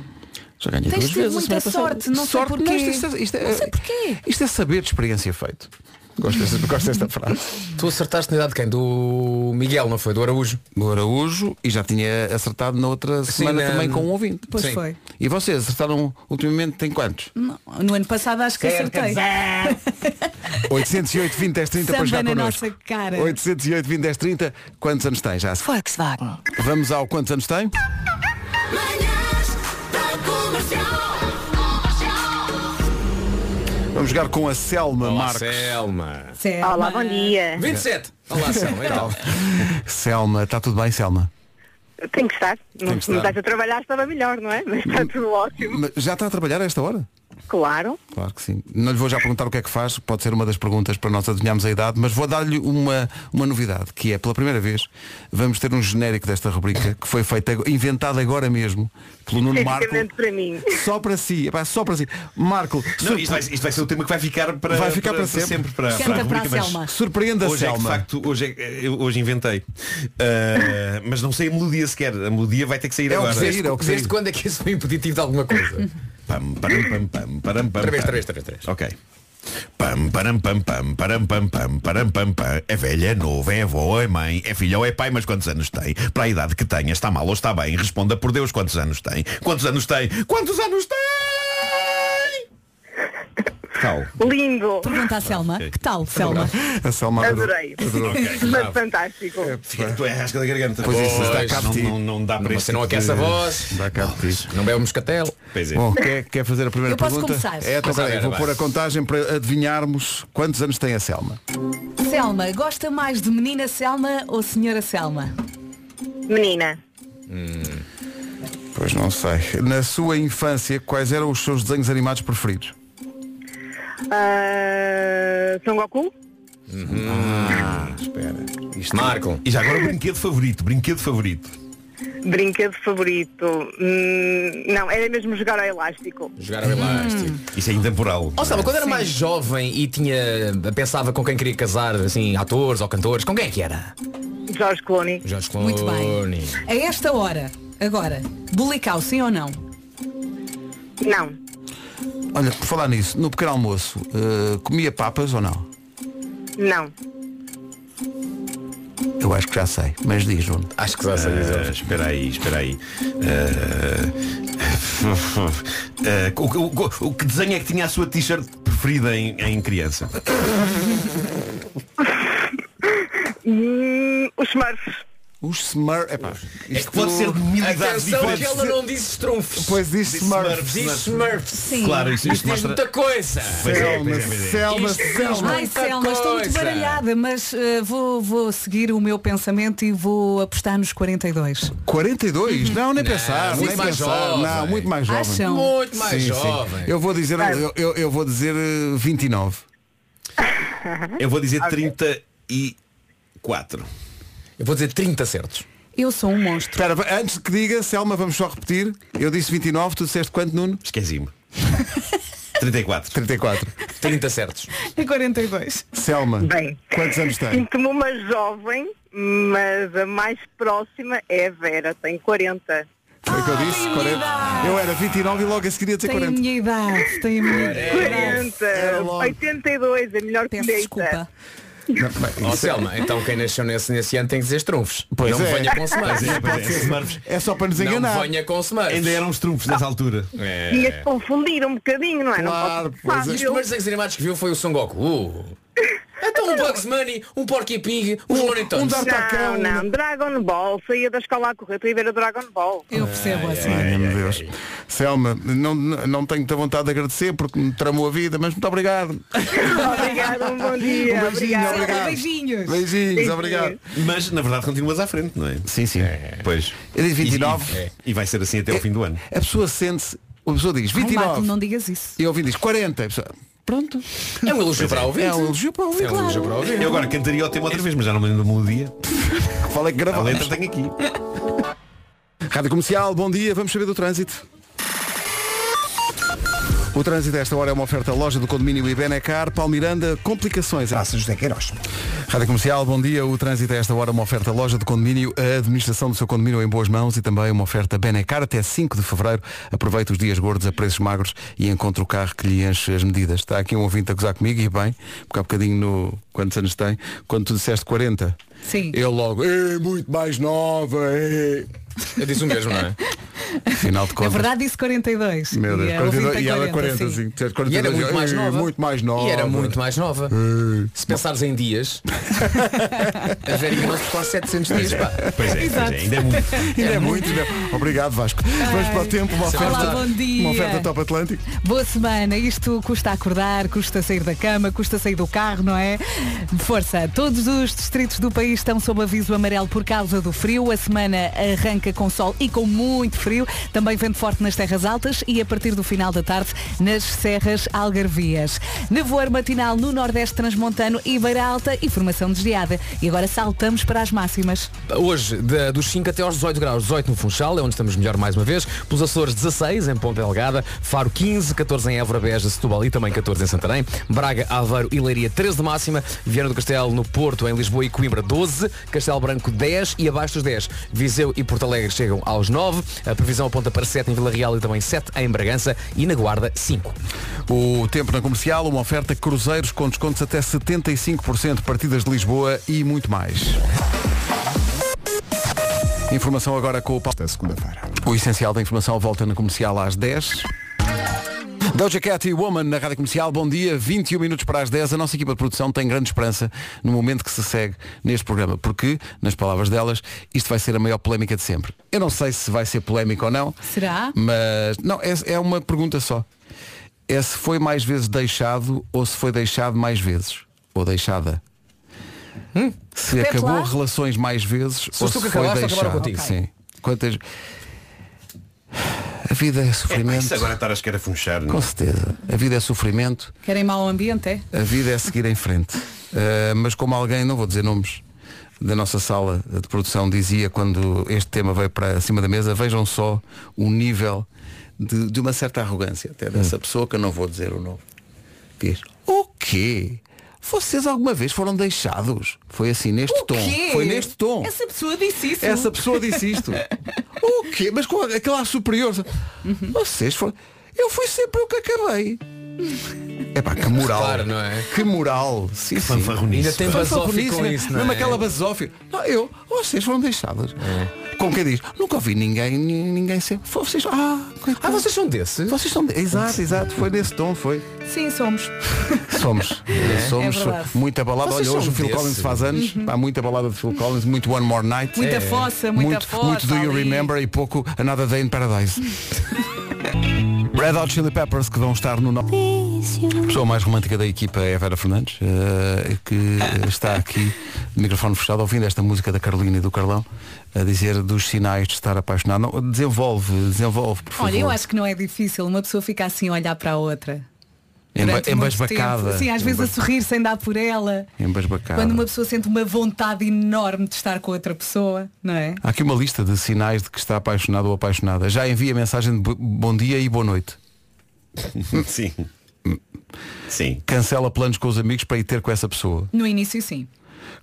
[SPEAKER 2] Já ganhei
[SPEAKER 4] Tens
[SPEAKER 2] duas
[SPEAKER 4] tido
[SPEAKER 2] vezes. a
[SPEAKER 4] muita
[SPEAKER 2] semana passada.
[SPEAKER 4] sorte, não
[SPEAKER 2] Sorte,
[SPEAKER 4] sei porquê.
[SPEAKER 2] não, isto é- isto é-
[SPEAKER 4] Não sei porquê.
[SPEAKER 2] Isto é saber de experiência feito. Gosto desta, gosto desta frase.
[SPEAKER 8] Tu acertaste na idade de quem? Do Miguel, não foi? Do Araújo?
[SPEAKER 2] Do Araújo e já tinha acertado na outra semana também com um ouvinte.
[SPEAKER 4] Pois Sim. foi.
[SPEAKER 2] E vocês acertaram ultimamente tem quantos?
[SPEAKER 4] Não, no ano passado acho que
[SPEAKER 2] Certo,
[SPEAKER 4] acertei.
[SPEAKER 2] 808 20 10 30 para
[SPEAKER 4] Samba
[SPEAKER 2] jogar
[SPEAKER 4] na
[SPEAKER 2] connosco.
[SPEAKER 4] nossa cara.
[SPEAKER 2] 808 20 10 30. Quantos anos tem já?
[SPEAKER 12] Volkswagen.
[SPEAKER 2] Vamos ao quantos anos tem? Vamos jogar com a Selma Marques.
[SPEAKER 8] Selma.
[SPEAKER 20] Olá, bom dia.
[SPEAKER 8] 27. Olá, Selma. Então.
[SPEAKER 2] Selma, está tudo bem, Selma?
[SPEAKER 20] Tem que estar. Não
[SPEAKER 2] que
[SPEAKER 20] se não
[SPEAKER 2] estar.
[SPEAKER 20] estás a trabalhar estava melhor, não é? Mas
[SPEAKER 16] Hum.
[SPEAKER 20] está tudo ótimo.
[SPEAKER 2] Mas Já está a trabalhar a esta hora?
[SPEAKER 20] Claro.
[SPEAKER 2] Claro que sim. Não lhe vou já perguntar o que é que faz, pode ser uma das perguntas para nós adivinharmos a idade, mas vou dar-lhe uma, uma novidade, que é, pela primeira vez, vamos ter um genérico desta rubrica, que foi feito, ag- inventado agora mesmo, pelo Nuno Marco.
[SPEAKER 20] Especificamente para mim.
[SPEAKER 2] Só para si, epá, só para si. Marco,
[SPEAKER 16] Não, isto, vai, isto vai ser o tema que vai ficar para,
[SPEAKER 2] Vai ficar para sempre.
[SPEAKER 16] sempre. para,
[SPEAKER 2] Canta
[SPEAKER 16] a
[SPEAKER 2] para a
[SPEAKER 16] rubrica, mas
[SPEAKER 2] Selma. Surpreenda a
[SPEAKER 16] hoje É que, de
[SPEAKER 2] Selma.
[SPEAKER 16] facto, hoje, é que- eu hoje inventei. Ah, mas não sei a melodia sequer. A melodia vai ter que
[SPEAKER 2] É
[SPEAKER 16] sair agora.
[SPEAKER 8] Desde quando é que isso foi impeditivo de alguma coisa?
[SPEAKER 16] Pam, param, pam, pam, param, pam,
[SPEAKER 8] Outra vez,
[SPEAKER 16] pam.
[SPEAKER 8] outra vez, outra vez, outra vez.
[SPEAKER 16] Ok. Pam, param, pam, pam, param, pam, pam, param, pam, pam. É velha, é novo, é avó, é mãe, é filha ou é pai, mas quantos anos tem? Para a idade que tenha, está mal ou está bem? Responda por Deus quantos anos tem. Quantos anos tem? Quantos anos tem? Tal.
[SPEAKER 20] Lindo.
[SPEAKER 4] Pergunta à Selma. Que tal, Selma?
[SPEAKER 2] A Selma adorou.
[SPEAKER 20] Adorei.
[SPEAKER 2] Adorou.
[SPEAKER 20] Mas fantástico.
[SPEAKER 16] Tu é rasca da garganta.
[SPEAKER 2] Pois isso, dá
[SPEAKER 16] Pois,
[SPEAKER 2] cabo
[SPEAKER 16] não,
[SPEAKER 2] de ti.
[SPEAKER 16] não, não dá para
[SPEAKER 8] Mas
[SPEAKER 16] isso.
[SPEAKER 8] você não aquece a voz.
[SPEAKER 2] Dá cá de ti.
[SPEAKER 8] Não bebe um moscatel.
[SPEAKER 16] Pois
[SPEAKER 2] Bom, quer, quer fazer a primeira
[SPEAKER 8] Eu posso
[SPEAKER 2] pergunta?
[SPEAKER 8] começar.
[SPEAKER 2] É, então,
[SPEAKER 8] Começa a
[SPEAKER 2] peraí,
[SPEAKER 8] Vera,
[SPEAKER 2] vou
[SPEAKER 8] vai.
[SPEAKER 2] pôr a contagem para adivinharmos quantos anos tem a Selma.
[SPEAKER 4] Selma, gosta mais de menina Selma ou senhora Selma?
[SPEAKER 20] Menina.
[SPEAKER 2] Pois não sei. Na sua infância, quais eram os seus desenhos animados preferidos?
[SPEAKER 20] Ah, São Goku?
[SPEAKER 16] espera.
[SPEAKER 8] Marco.
[SPEAKER 16] E já agora o brinquedo favorito, brinquedo favorito.
[SPEAKER 20] Brinquedo favorito. Hum, não, era mesmo jogar ao elástico.
[SPEAKER 8] Jogar ao elástico.
[SPEAKER 16] Isso é intemporal.
[SPEAKER 8] Ó Selma, quando era
[SPEAKER 20] Sim.
[SPEAKER 8] mais jovem e tinha pensava com quem queria casar, assim, atores ou cantores, com quem é que era?
[SPEAKER 20] Jorge Clooney.
[SPEAKER 8] Jorge Clooney.
[SPEAKER 4] Muito bem. A esta hora, agora, bulical, sim ou não?
[SPEAKER 20] Não.
[SPEAKER 2] Olha, por falar nisso, no pequeno almoço, eh, comia papas ou não?
[SPEAKER 20] Não.
[SPEAKER 2] Eu acho que já sei, mas diz, Nuno.
[SPEAKER 16] Acho que já sei Ah,
[SPEAKER 8] Ah.
[SPEAKER 16] Espera aí, espera aí. Ah, o, o- o- o que desenho é que tinha a sua t-shirt preferida em, em criança?
[SPEAKER 20] Hum, os Smurfs.
[SPEAKER 2] Os Smurfs. Epá,
[SPEAKER 16] É que pode ser de mil idades diferentes.
[SPEAKER 8] disse Strunfs.
[SPEAKER 2] Pois disse
[SPEAKER 8] Disse
[SPEAKER 2] Smurfs.
[SPEAKER 8] Smurfs, Disse Smurfs. Smurfs. Sim.
[SPEAKER 2] Claro, isto,
[SPEAKER 8] Isto
[SPEAKER 2] isto
[SPEAKER 8] diz
[SPEAKER 2] mostra...
[SPEAKER 8] muita coisa.
[SPEAKER 2] Pois é, pois é,
[SPEAKER 8] Selma,
[SPEAKER 2] pois é. Isto
[SPEAKER 8] Selma,
[SPEAKER 2] diz
[SPEAKER 8] Selma.
[SPEAKER 4] Ai,
[SPEAKER 8] Muita
[SPEAKER 4] Selma, estou muito
[SPEAKER 8] coisa.
[SPEAKER 4] baralhada, mas eh, vou, vou seguir o meu pensamento e vou apostar nos 42.
[SPEAKER 2] 42? Não, nem pensar,
[SPEAKER 4] muito
[SPEAKER 2] nem
[SPEAKER 4] mais
[SPEAKER 2] pensar.
[SPEAKER 4] jovem.
[SPEAKER 2] Não, muito mais jovem.
[SPEAKER 4] Acham? Muito mais jovem.
[SPEAKER 2] Eu vou dizer, eu, eu- eu vou dizer eh, 29.
[SPEAKER 16] Eu vou dizer 34.
[SPEAKER 8] Eu vou dizer 30 certos.
[SPEAKER 4] Eu sou um monstro.
[SPEAKER 2] Espera, antes que diga, Selma, vamos só repetir. Eu disse 29, tu disseste quanto, Nuno?
[SPEAKER 16] Esqueci-me. 34.
[SPEAKER 2] 34.
[SPEAKER 8] 30 certos.
[SPEAKER 4] É 42.
[SPEAKER 2] Selma,
[SPEAKER 20] Bem.
[SPEAKER 2] quantos anos tem?
[SPEAKER 20] Sinto-me uma jovem, mas a mais próxima é a Vera, tem 40.
[SPEAKER 2] Foi o que eu disse? 40. Eu era 29 e logo a seguir ia dizer
[SPEAKER 4] Tem a
[SPEAKER 2] 40.
[SPEAKER 4] minha idade, tem a minha idade.
[SPEAKER 20] 40, 82, é melhor que deita.
[SPEAKER 8] Ó
[SPEAKER 2] é-
[SPEAKER 8] Selma, então quem nasceu nesse, nesse ano tem que dizer Strunfs.
[SPEAKER 16] Pois
[SPEAKER 8] não
[SPEAKER 16] é.
[SPEAKER 8] venha com Smurfs.
[SPEAKER 16] Pois é, pois é.
[SPEAKER 8] Pode ser.
[SPEAKER 16] Smurfs.
[SPEAKER 2] É só para nos
[SPEAKER 8] assim, Não
[SPEAKER 2] enganar.
[SPEAKER 8] venha com Smurfs.
[SPEAKER 16] Ainda eram os trunfos nessa altura.
[SPEAKER 20] Tinha que confundir um bocadinho, não é? não pode ser
[SPEAKER 8] E os
[SPEAKER 20] fácil.
[SPEAKER 8] primeiros desenhos animados que viu foi o Son Goku. Uh. Então um Bugs Money, um Porky Pig, uns Looney Tunes.
[SPEAKER 20] não, não, Dragon Ball, saía da escola a correr para ir ver a Dragon Ball.
[SPEAKER 4] Eu percebo assim.
[SPEAKER 2] Ai, meu Deus. Selma, não, não tenho muita vontade de agradecer porque me tramou a vida, mas muito obrigado.
[SPEAKER 20] Obrigada, um bom dia.
[SPEAKER 2] Um beijinho,
[SPEAKER 20] Obrigada.
[SPEAKER 2] obrigado.
[SPEAKER 4] Beijinhos.
[SPEAKER 2] Beijinhos, obrigado.
[SPEAKER 16] Mas na verdade continuas à frente, não é?
[SPEAKER 2] Sim, sim.
[SPEAKER 16] Pois.
[SPEAKER 2] Eu disse 29.
[SPEAKER 16] E, e- e vai ser assim até o fim do ano.
[SPEAKER 2] A pessoa sente-se, a pessoa diz
[SPEAKER 4] Ai, Marco,
[SPEAKER 2] 29.
[SPEAKER 4] não digas isso.
[SPEAKER 2] E eu ouvi diz 40. A pessoa, pronto.
[SPEAKER 8] É um elogio para o ouvinte.
[SPEAKER 2] É um elogio para o ouvinte.
[SPEAKER 8] É um elogio para o ouvinte.
[SPEAKER 16] Eu agora cantaria o tema outra vez, mas já não me lembro da melodia.
[SPEAKER 2] Falei que
[SPEAKER 16] A
[SPEAKER 2] gravava.
[SPEAKER 16] letra tenho aqui.
[SPEAKER 2] Rádio Comercial, bom dia, vamos saber do trânsito. O trânsito a esta hora é uma oferta à loja do condomínio Ibenecar, Palmiranda, complicações. Graças
[SPEAKER 14] José Queiroz.
[SPEAKER 2] Rádio Comercial, bom dia. O trânsito a esta hora é uma oferta à loja do condomínio, a administração do seu condomínio em boas mãos e também uma oferta Benecar até 5 de fevereiro. Aproveite os dias gordos a preços magros e encontre o carro que lhe enche as medidas. Está aqui um ouvinte a gozar comigo e bem, porque há bocadinho no... Quantos anos tem? Quando tu disseste 40.
[SPEAKER 4] Sim.
[SPEAKER 2] Eu logo, é muito mais nova. é."
[SPEAKER 8] Eu disse o mesmo, não é?
[SPEAKER 2] Final de
[SPEAKER 4] Na
[SPEAKER 2] contas.
[SPEAKER 4] É verdade disse 42.
[SPEAKER 2] Meu Deus,
[SPEAKER 4] e, é, a
[SPEAKER 2] 42,
[SPEAKER 4] ouvinte
[SPEAKER 2] e ela é
[SPEAKER 4] tem 40,
[SPEAKER 2] 40, sim. Tinha 42,
[SPEAKER 8] E era muito mais
[SPEAKER 2] eh,
[SPEAKER 8] nova.
[SPEAKER 2] Muito mais nova.
[SPEAKER 8] E era muito mais nova. Se pensares em dias, a velhinha não se faz 700 dias, pá.
[SPEAKER 16] Pois é, pois
[SPEAKER 4] Exato.
[SPEAKER 16] é, ainda é muito.
[SPEAKER 2] Ainda é muito, ainda é- Obrigado, Vasco. Vamos para o tempo, uma
[SPEAKER 4] Olá,
[SPEAKER 2] oferta,
[SPEAKER 4] bom dia.
[SPEAKER 2] uma oferta Top Atlântico.
[SPEAKER 4] Boa semana, isto custa acordar, custa sair da cama, custa sair do carro, não é? Força, todos os distritos do país estão sob aviso amarelo por causa do frio. A semana arranca com sol e com muito frio. Também vento forte nas terras altas e a partir do final da tarde nas serras algarvias. Nevoeiro matinal no Nordeste Transmontano e Beira Alta e formação desviada. E agora saltamos para as máximas.
[SPEAKER 8] Hoje, da- dos 5 até aos 18 graus, 18 no Funchal, é onde estamos melhor mais uma vez. Pelos Açores, 16 em Ponta Delgada, Faro 15, 14 em Évora, Beja, Setúbal e também 14 em Santarém, Braga, Aveiro e Leiria 13 de máxima, Viana do Castelo no Porto, em Lisboa e Coimbra 12, Castelo Branco 10 e abaixo dos 10. Viseu e Porto Alegre chegam aos 9, a previsão aponta para 7 em Vila Real e também 7 em Bragança e na Guarda 5.
[SPEAKER 2] O tempo na comercial, uma oferta cruzeiros com descontos até 75%, partidas de Lisboa e muito mais. Informação agora com o Paulo. segunda-feira. O essencial da informação volta na comercial às 10. Doja Cat e Woman na Rádio Comercial, bom dia, 21 minutos para as 10. A nossa equipa de produção tem grande esperança no momento que se segue neste programa, porque, nas palavras delas, isto vai ser a maior polémica de sempre. Eu não sei se vai ser polémica ou não.
[SPEAKER 4] Será?
[SPEAKER 2] Mas, não, é, é uma pergunta só. É se foi mais vezes deixado ou se foi deixado mais vezes. Ou deixada. Se
[SPEAKER 4] Repete
[SPEAKER 2] acabou
[SPEAKER 4] lá.
[SPEAKER 2] relações mais vezes
[SPEAKER 8] Hum? Se
[SPEAKER 2] ou
[SPEAKER 8] foste
[SPEAKER 2] se
[SPEAKER 8] tu que
[SPEAKER 2] foi
[SPEAKER 8] acabaste,
[SPEAKER 2] deixado.
[SPEAKER 8] acabaram contigo.
[SPEAKER 2] Sim. Quantas... A vida é
[SPEAKER 16] É, pá,
[SPEAKER 2] sofrimento.
[SPEAKER 16] isso agora estar a escarafunchar, não é?
[SPEAKER 2] Com certeza. A vida é sofrimento.
[SPEAKER 4] Querem mau ambiente, é?
[SPEAKER 2] A vida é seguir em frente. Uh, mas como alguém, não vou dizer nomes, da nossa sala de produção dizia quando este tema veio para cima da mesa, vejam só o nível de, de uma certa arrogância até dessa pessoa que eu não vou dizer o nome. Diz, o quê? Vocês alguma vez foram deixados? Foi assim, neste tom. Foi neste tom.
[SPEAKER 4] Essa pessoa disse isso.
[SPEAKER 8] Uhum.
[SPEAKER 2] Essa pessoa disse isto. o quê? Mas com aquele ar superior. Vocês foram. Eu fui sempre o que acabei. É pá, que moral.
[SPEAKER 8] Claro, não é?
[SPEAKER 2] Que moral. Sim, sim.
[SPEAKER 8] fanfarronice, Ainda tem
[SPEAKER 2] Foi
[SPEAKER 8] basófia
[SPEAKER 2] fanfarronice,
[SPEAKER 8] com
[SPEAKER 2] né?
[SPEAKER 8] isso, não
[SPEAKER 2] Mesmo
[SPEAKER 8] é?
[SPEAKER 2] aquela basófia. Não, eu, vocês foram deixadas. É. Como quem diz, nunca ouvi ninguém, ninguém sempre. Vocês, ah, ah, vocês
[SPEAKER 8] são desses?
[SPEAKER 2] Vocês são de- Exato, exato, foi nesse tom, foi.
[SPEAKER 17] Sim, somos.
[SPEAKER 2] Somos,
[SPEAKER 17] É?
[SPEAKER 2] somos
[SPEAKER 17] É verdade.
[SPEAKER 2] muito abalada.
[SPEAKER 17] Vocês
[SPEAKER 2] Olha, hoje
[SPEAKER 17] são
[SPEAKER 2] o Phil
[SPEAKER 17] desse.
[SPEAKER 2] Collins faz anos, pá, muita balada de Phil Collins, muito One More Night.
[SPEAKER 17] Muita É. fossa, muita
[SPEAKER 2] muito,
[SPEAKER 17] fossa
[SPEAKER 2] Muito Do You
[SPEAKER 17] ali.
[SPEAKER 2] Remember e pouco Another Day in Paradise. Red Hot Chili Peppers que vão estar no... A pessoa mais romântica da equipa é a Vera Fernandes, eh, que está aqui, de microfone fechado, ouvindo esta música da Carolina e do Carlão, a dizer dos sinais de estar apaixonado. Não, desenvolve, desenvolve, por favor.
[SPEAKER 4] Olha, eu acho que não é difícil. Uma pessoa fica assim a olhar para a outra.
[SPEAKER 2] Emba-
[SPEAKER 4] durante muito
[SPEAKER 2] embasbacada.
[SPEAKER 4] tempo. Sim, às vezes a
[SPEAKER 2] Embas-
[SPEAKER 4] sorrir sem dar por ela.
[SPEAKER 2] Embasbacada.
[SPEAKER 4] Quando uma pessoa sente uma vontade enorme de estar com outra pessoa, não é?
[SPEAKER 2] Há aqui uma lista de sinais de que está apaixonado ou apaixonada. Já envia mensagem de bo- bom dia e boa noite.
[SPEAKER 16] Sim. Sim.
[SPEAKER 2] Cancela planos com os amigos para ir ter com essa pessoa.
[SPEAKER 4] No início sim.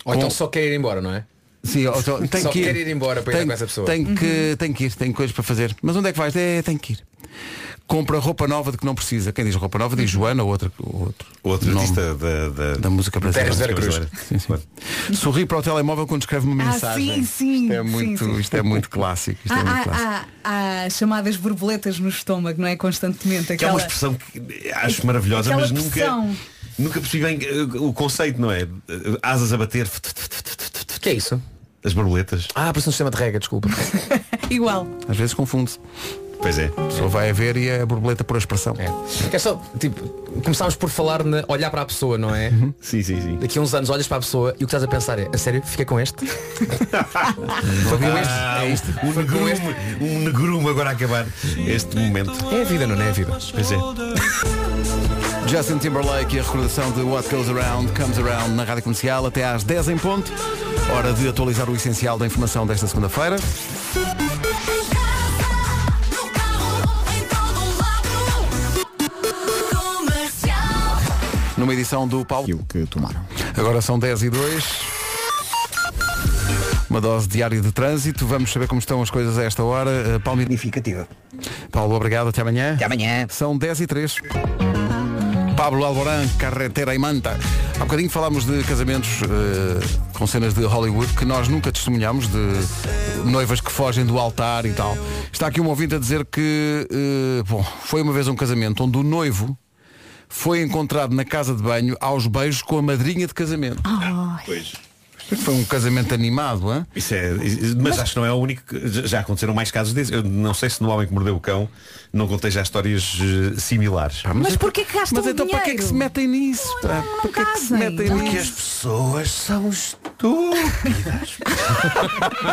[SPEAKER 8] Ou então
[SPEAKER 2] Com-
[SPEAKER 8] só quer ir embora, não é?
[SPEAKER 2] Sim, ou então, tem
[SPEAKER 8] Só
[SPEAKER 2] que ir.
[SPEAKER 8] quer ir embora para ir
[SPEAKER 2] Tem-
[SPEAKER 8] com essa pessoa.
[SPEAKER 2] Tem
[SPEAKER 4] Uhum.
[SPEAKER 2] que, tem que ir, tem coisas para fazer. Mas onde é que vais? É, tem que ir. Compra roupa nova de que não precisa. Quem diz roupa nova
[SPEAKER 8] Uhum.
[SPEAKER 2] diz Joana ou outra, outro.
[SPEAKER 16] Outro
[SPEAKER 2] nome.
[SPEAKER 16] artista da, da,
[SPEAKER 2] música brasileira.
[SPEAKER 16] Teres Vera Cruz.
[SPEAKER 2] Sim, sim. Sorri para o telemóvel quando escreve uma
[SPEAKER 4] Ah,
[SPEAKER 2] mensagem.
[SPEAKER 4] sim, sim,
[SPEAKER 2] Isto é
[SPEAKER 4] sim,
[SPEAKER 2] muito,
[SPEAKER 4] sim. Ah,
[SPEAKER 2] Isto é muito clássico. Isto
[SPEAKER 4] Há,
[SPEAKER 2] é muito
[SPEAKER 4] há-
[SPEAKER 2] clássico.
[SPEAKER 4] há- há chamadas borboletas no estômago, não é? Constantemente.
[SPEAKER 16] Que é uma
[SPEAKER 4] Aquela...
[SPEAKER 16] expressão que acho maravilhosa,
[SPEAKER 4] aquela
[SPEAKER 16] mas nunca,
[SPEAKER 4] pressão.
[SPEAKER 16] nunca percebi bem eh, o conceito, não é? Eh, Asas a bater.
[SPEAKER 8] que é isso?
[SPEAKER 16] As borboletas.
[SPEAKER 8] Ah, parece um sistema de regra, desculpa.
[SPEAKER 4] Igual.
[SPEAKER 2] Às vezes confunde-se.
[SPEAKER 16] Pois é.
[SPEAKER 2] A pessoa vai a ver e é a borboleta por expressão.
[SPEAKER 8] É só, tipo, começámos por falar na olhar para a pessoa, não é?
[SPEAKER 16] Sim, sim, sim.
[SPEAKER 8] Daqui a uns anos olhas para a pessoa e o que estás a pensar é, a sério, fica com este? Foi com este?
[SPEAKER 16] Ah, um, negrume, um negrume agora a acabar este momento.
[SPEAKER 8] É a vida, não é a vida?
[SPEAKER 16] Pois é.
[SPEAKER 2] Justin Timberlake e a recordação de What Goes Around Comes Around na Rádio Comercial até às 10 em ponto. Hora de atualizar o essencial da informação desta segunda-feira. Numa edição do Paulo. E o que tomaram. Agora são 10 e 2. Uma dose diária de trânsito. Vamos saber como estão as coisas a esta hora. Eh, Paulo Significativa. Paulo, obrigado. Até amanhã. Até amanhã. São 10 e 3. Pablo Alborán, Carretera e Manta. Há bocadinho falámos de casamentos eh, com cenas de Hollywood que nós nunca testemunhamos, de noivas que fogem do altar e tal. Está aqui um ouvinte a dizer que, eh, bom, foi uma vez um casamento onde o noivo foi encontrado na casa de banho aos beijos com a madrinha de casamento.
[SPEAKER 16] Pois.
[SPEAKER 2] Foi um casamento animado, hã?
[SPEAKER 16] Isso é, mas, acho que não é o único. que- já- Já aconteceram mais casos desses. Eu não sei se no Homem que Mordeu o Cão não contei já histórias eh, similares.
[SPEAKER 4] porquê que gastam
[SPEAKER 2] Mas então para que é que se metem nisso? pá? Porquê que se
[SPEAKER 4] casem,
[SPEAKER 2] metem
[SPEAKER 4] não
[SPEAKER 2] nisso?
[SPEAKER 4] é? Porque as
[SPEAKER 2] pessoas são estúpidas.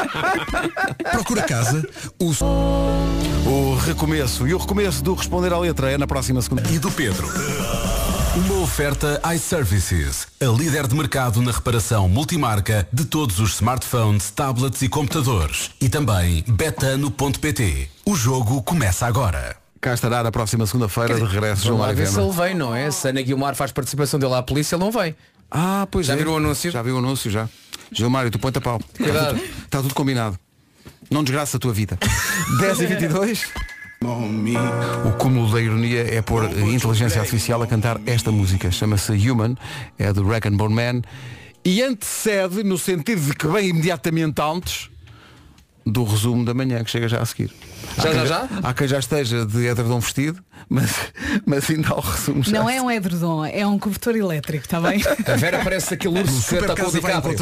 [SPEAKER 2] Procura casa. O... o recomeço. E o recomeço do Responder à Letra é na próxima segunda.
[SPEAKER 13] E do Pedro. Uma oferta iServices, a líder de mercado na reparação multimarca de todos os smartphones, tablets e computadores. E também betano.pt. O jogo começa agora.
[SPEAKER 2] Cá estará na próxima segunda-feira de regresso João
[SPEAKER 8] Vamos lá
[SPEAKER 2] Mário
[SPEAKER 8] ver se ele
[SPEAKER 2] Viana.
[SPEAKER 8] vem, não é? Se a Ana Guilmar faz participação dele à polícia, ele não vem.
[SPEAKER 2] Ah, pois
[SPEAKER 8] Já
[SPEAKER 2] é.
[SPEAKER 8] viram o anúncio?
[SPEAKER 2] Já viu o anúncio, já. Gilmário, tu ponta pau. Está
[SPEAKER 8] Cuidado.
[SPEAKER 2] tudo, está tudo combinado. Não desgraça a tua vida. 10 e 22. O cúmulo da ironia é pôr a inteligência artificial a cantar esta música. Chama-se Human, é do Rack and Bone Man. E antecede, no sentido de que vem imediatamente antes, do resumo da manhã, que chega já a seguir. há
[SPEAKER 8] Já,
[SPEAKER 2] quem,
[SPEAKER 8] já, já?
[SPEAKER 2] Há quem já esteja de edredom vestido, mas, mas ainda há o resumo já.
[SPEAKER 4] Não é um edredom, é um cobertor elétrico, está bem?
[SPEAKER 8] A Vera parece aquele urso que está com o DiCaprio.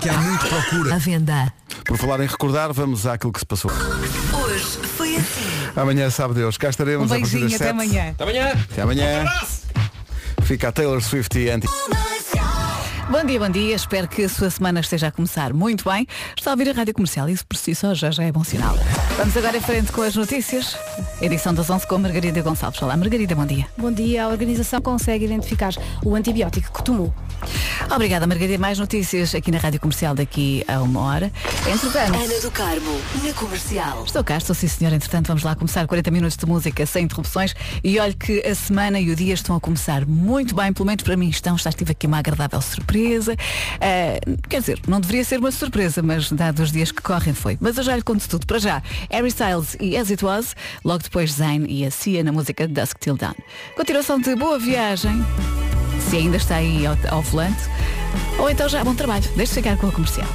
[SPEAKER 2] procura.
[SPEAKER 12] À venda.
[SPEAKER 4] Um
[SPEAKER 2] Por falar em recordar, vamos àquilo que se passou.
[SPEAKER 12] Hoje foi assim.
[SPEAKER 2] Amanhã, sabe Deus, cá estaremos
[SPEAKER 12] Um
[SPEAKER 2] a partir
[SPEAKER 12] beijinho,
[SPEAKER 2] das
[SPEAKER 12] até
[SPEAKER 2] sete.
[SPEAKER 12] amanhã. Um
[SPEAKER 8] Até amanhã.
[SPEAKER 2] Até amanhã. Fica a Taylor Swift e anti.
[SPEAKER 4] Bom dia, bom dia. Espero que a sua semana esteja a começar muito bem. Está a ouvir a Rádio Comercial, isso por si só já, já é bom sinal. Vamos agora em frente com as notícias. Edição das 11 com Margarida Gonçalves. Olá, Margarida, bom dia.
[SPEAKER 19] Bom dia, a organização consegue identificar o antibiótico que tomou.
[SPEAKER 4] Obrigada, Margarida. Mais notícias aqui na Rádio Comercial daqui a uma hora. Entretanto...
[SPEAKER 12] Ana do Carmo, na comercial.
[SPEAKER 4] Estou cá, estou sim senhor, entretanto vamos lá começar 40 minutos de música sem interrupções e olhe que a semana e o dia estão a começar muito bem, pelo menos para mim estão, já tive aqui uma agradável surpresa, Ah, quer dizer, não deveria ser uma surpresa, mas dados os dias que correm foi. Mas eu já lhe conto tudo, para já, Harry Styles e As It Was, logo
[SPEAKER 21] depois Zayn e a Cia na música Dusk Till Dawn. Continuação de boa viagem, se ainda está aí ao, ao volante, ou então já bom trabalho, deixe chegar com a comercial.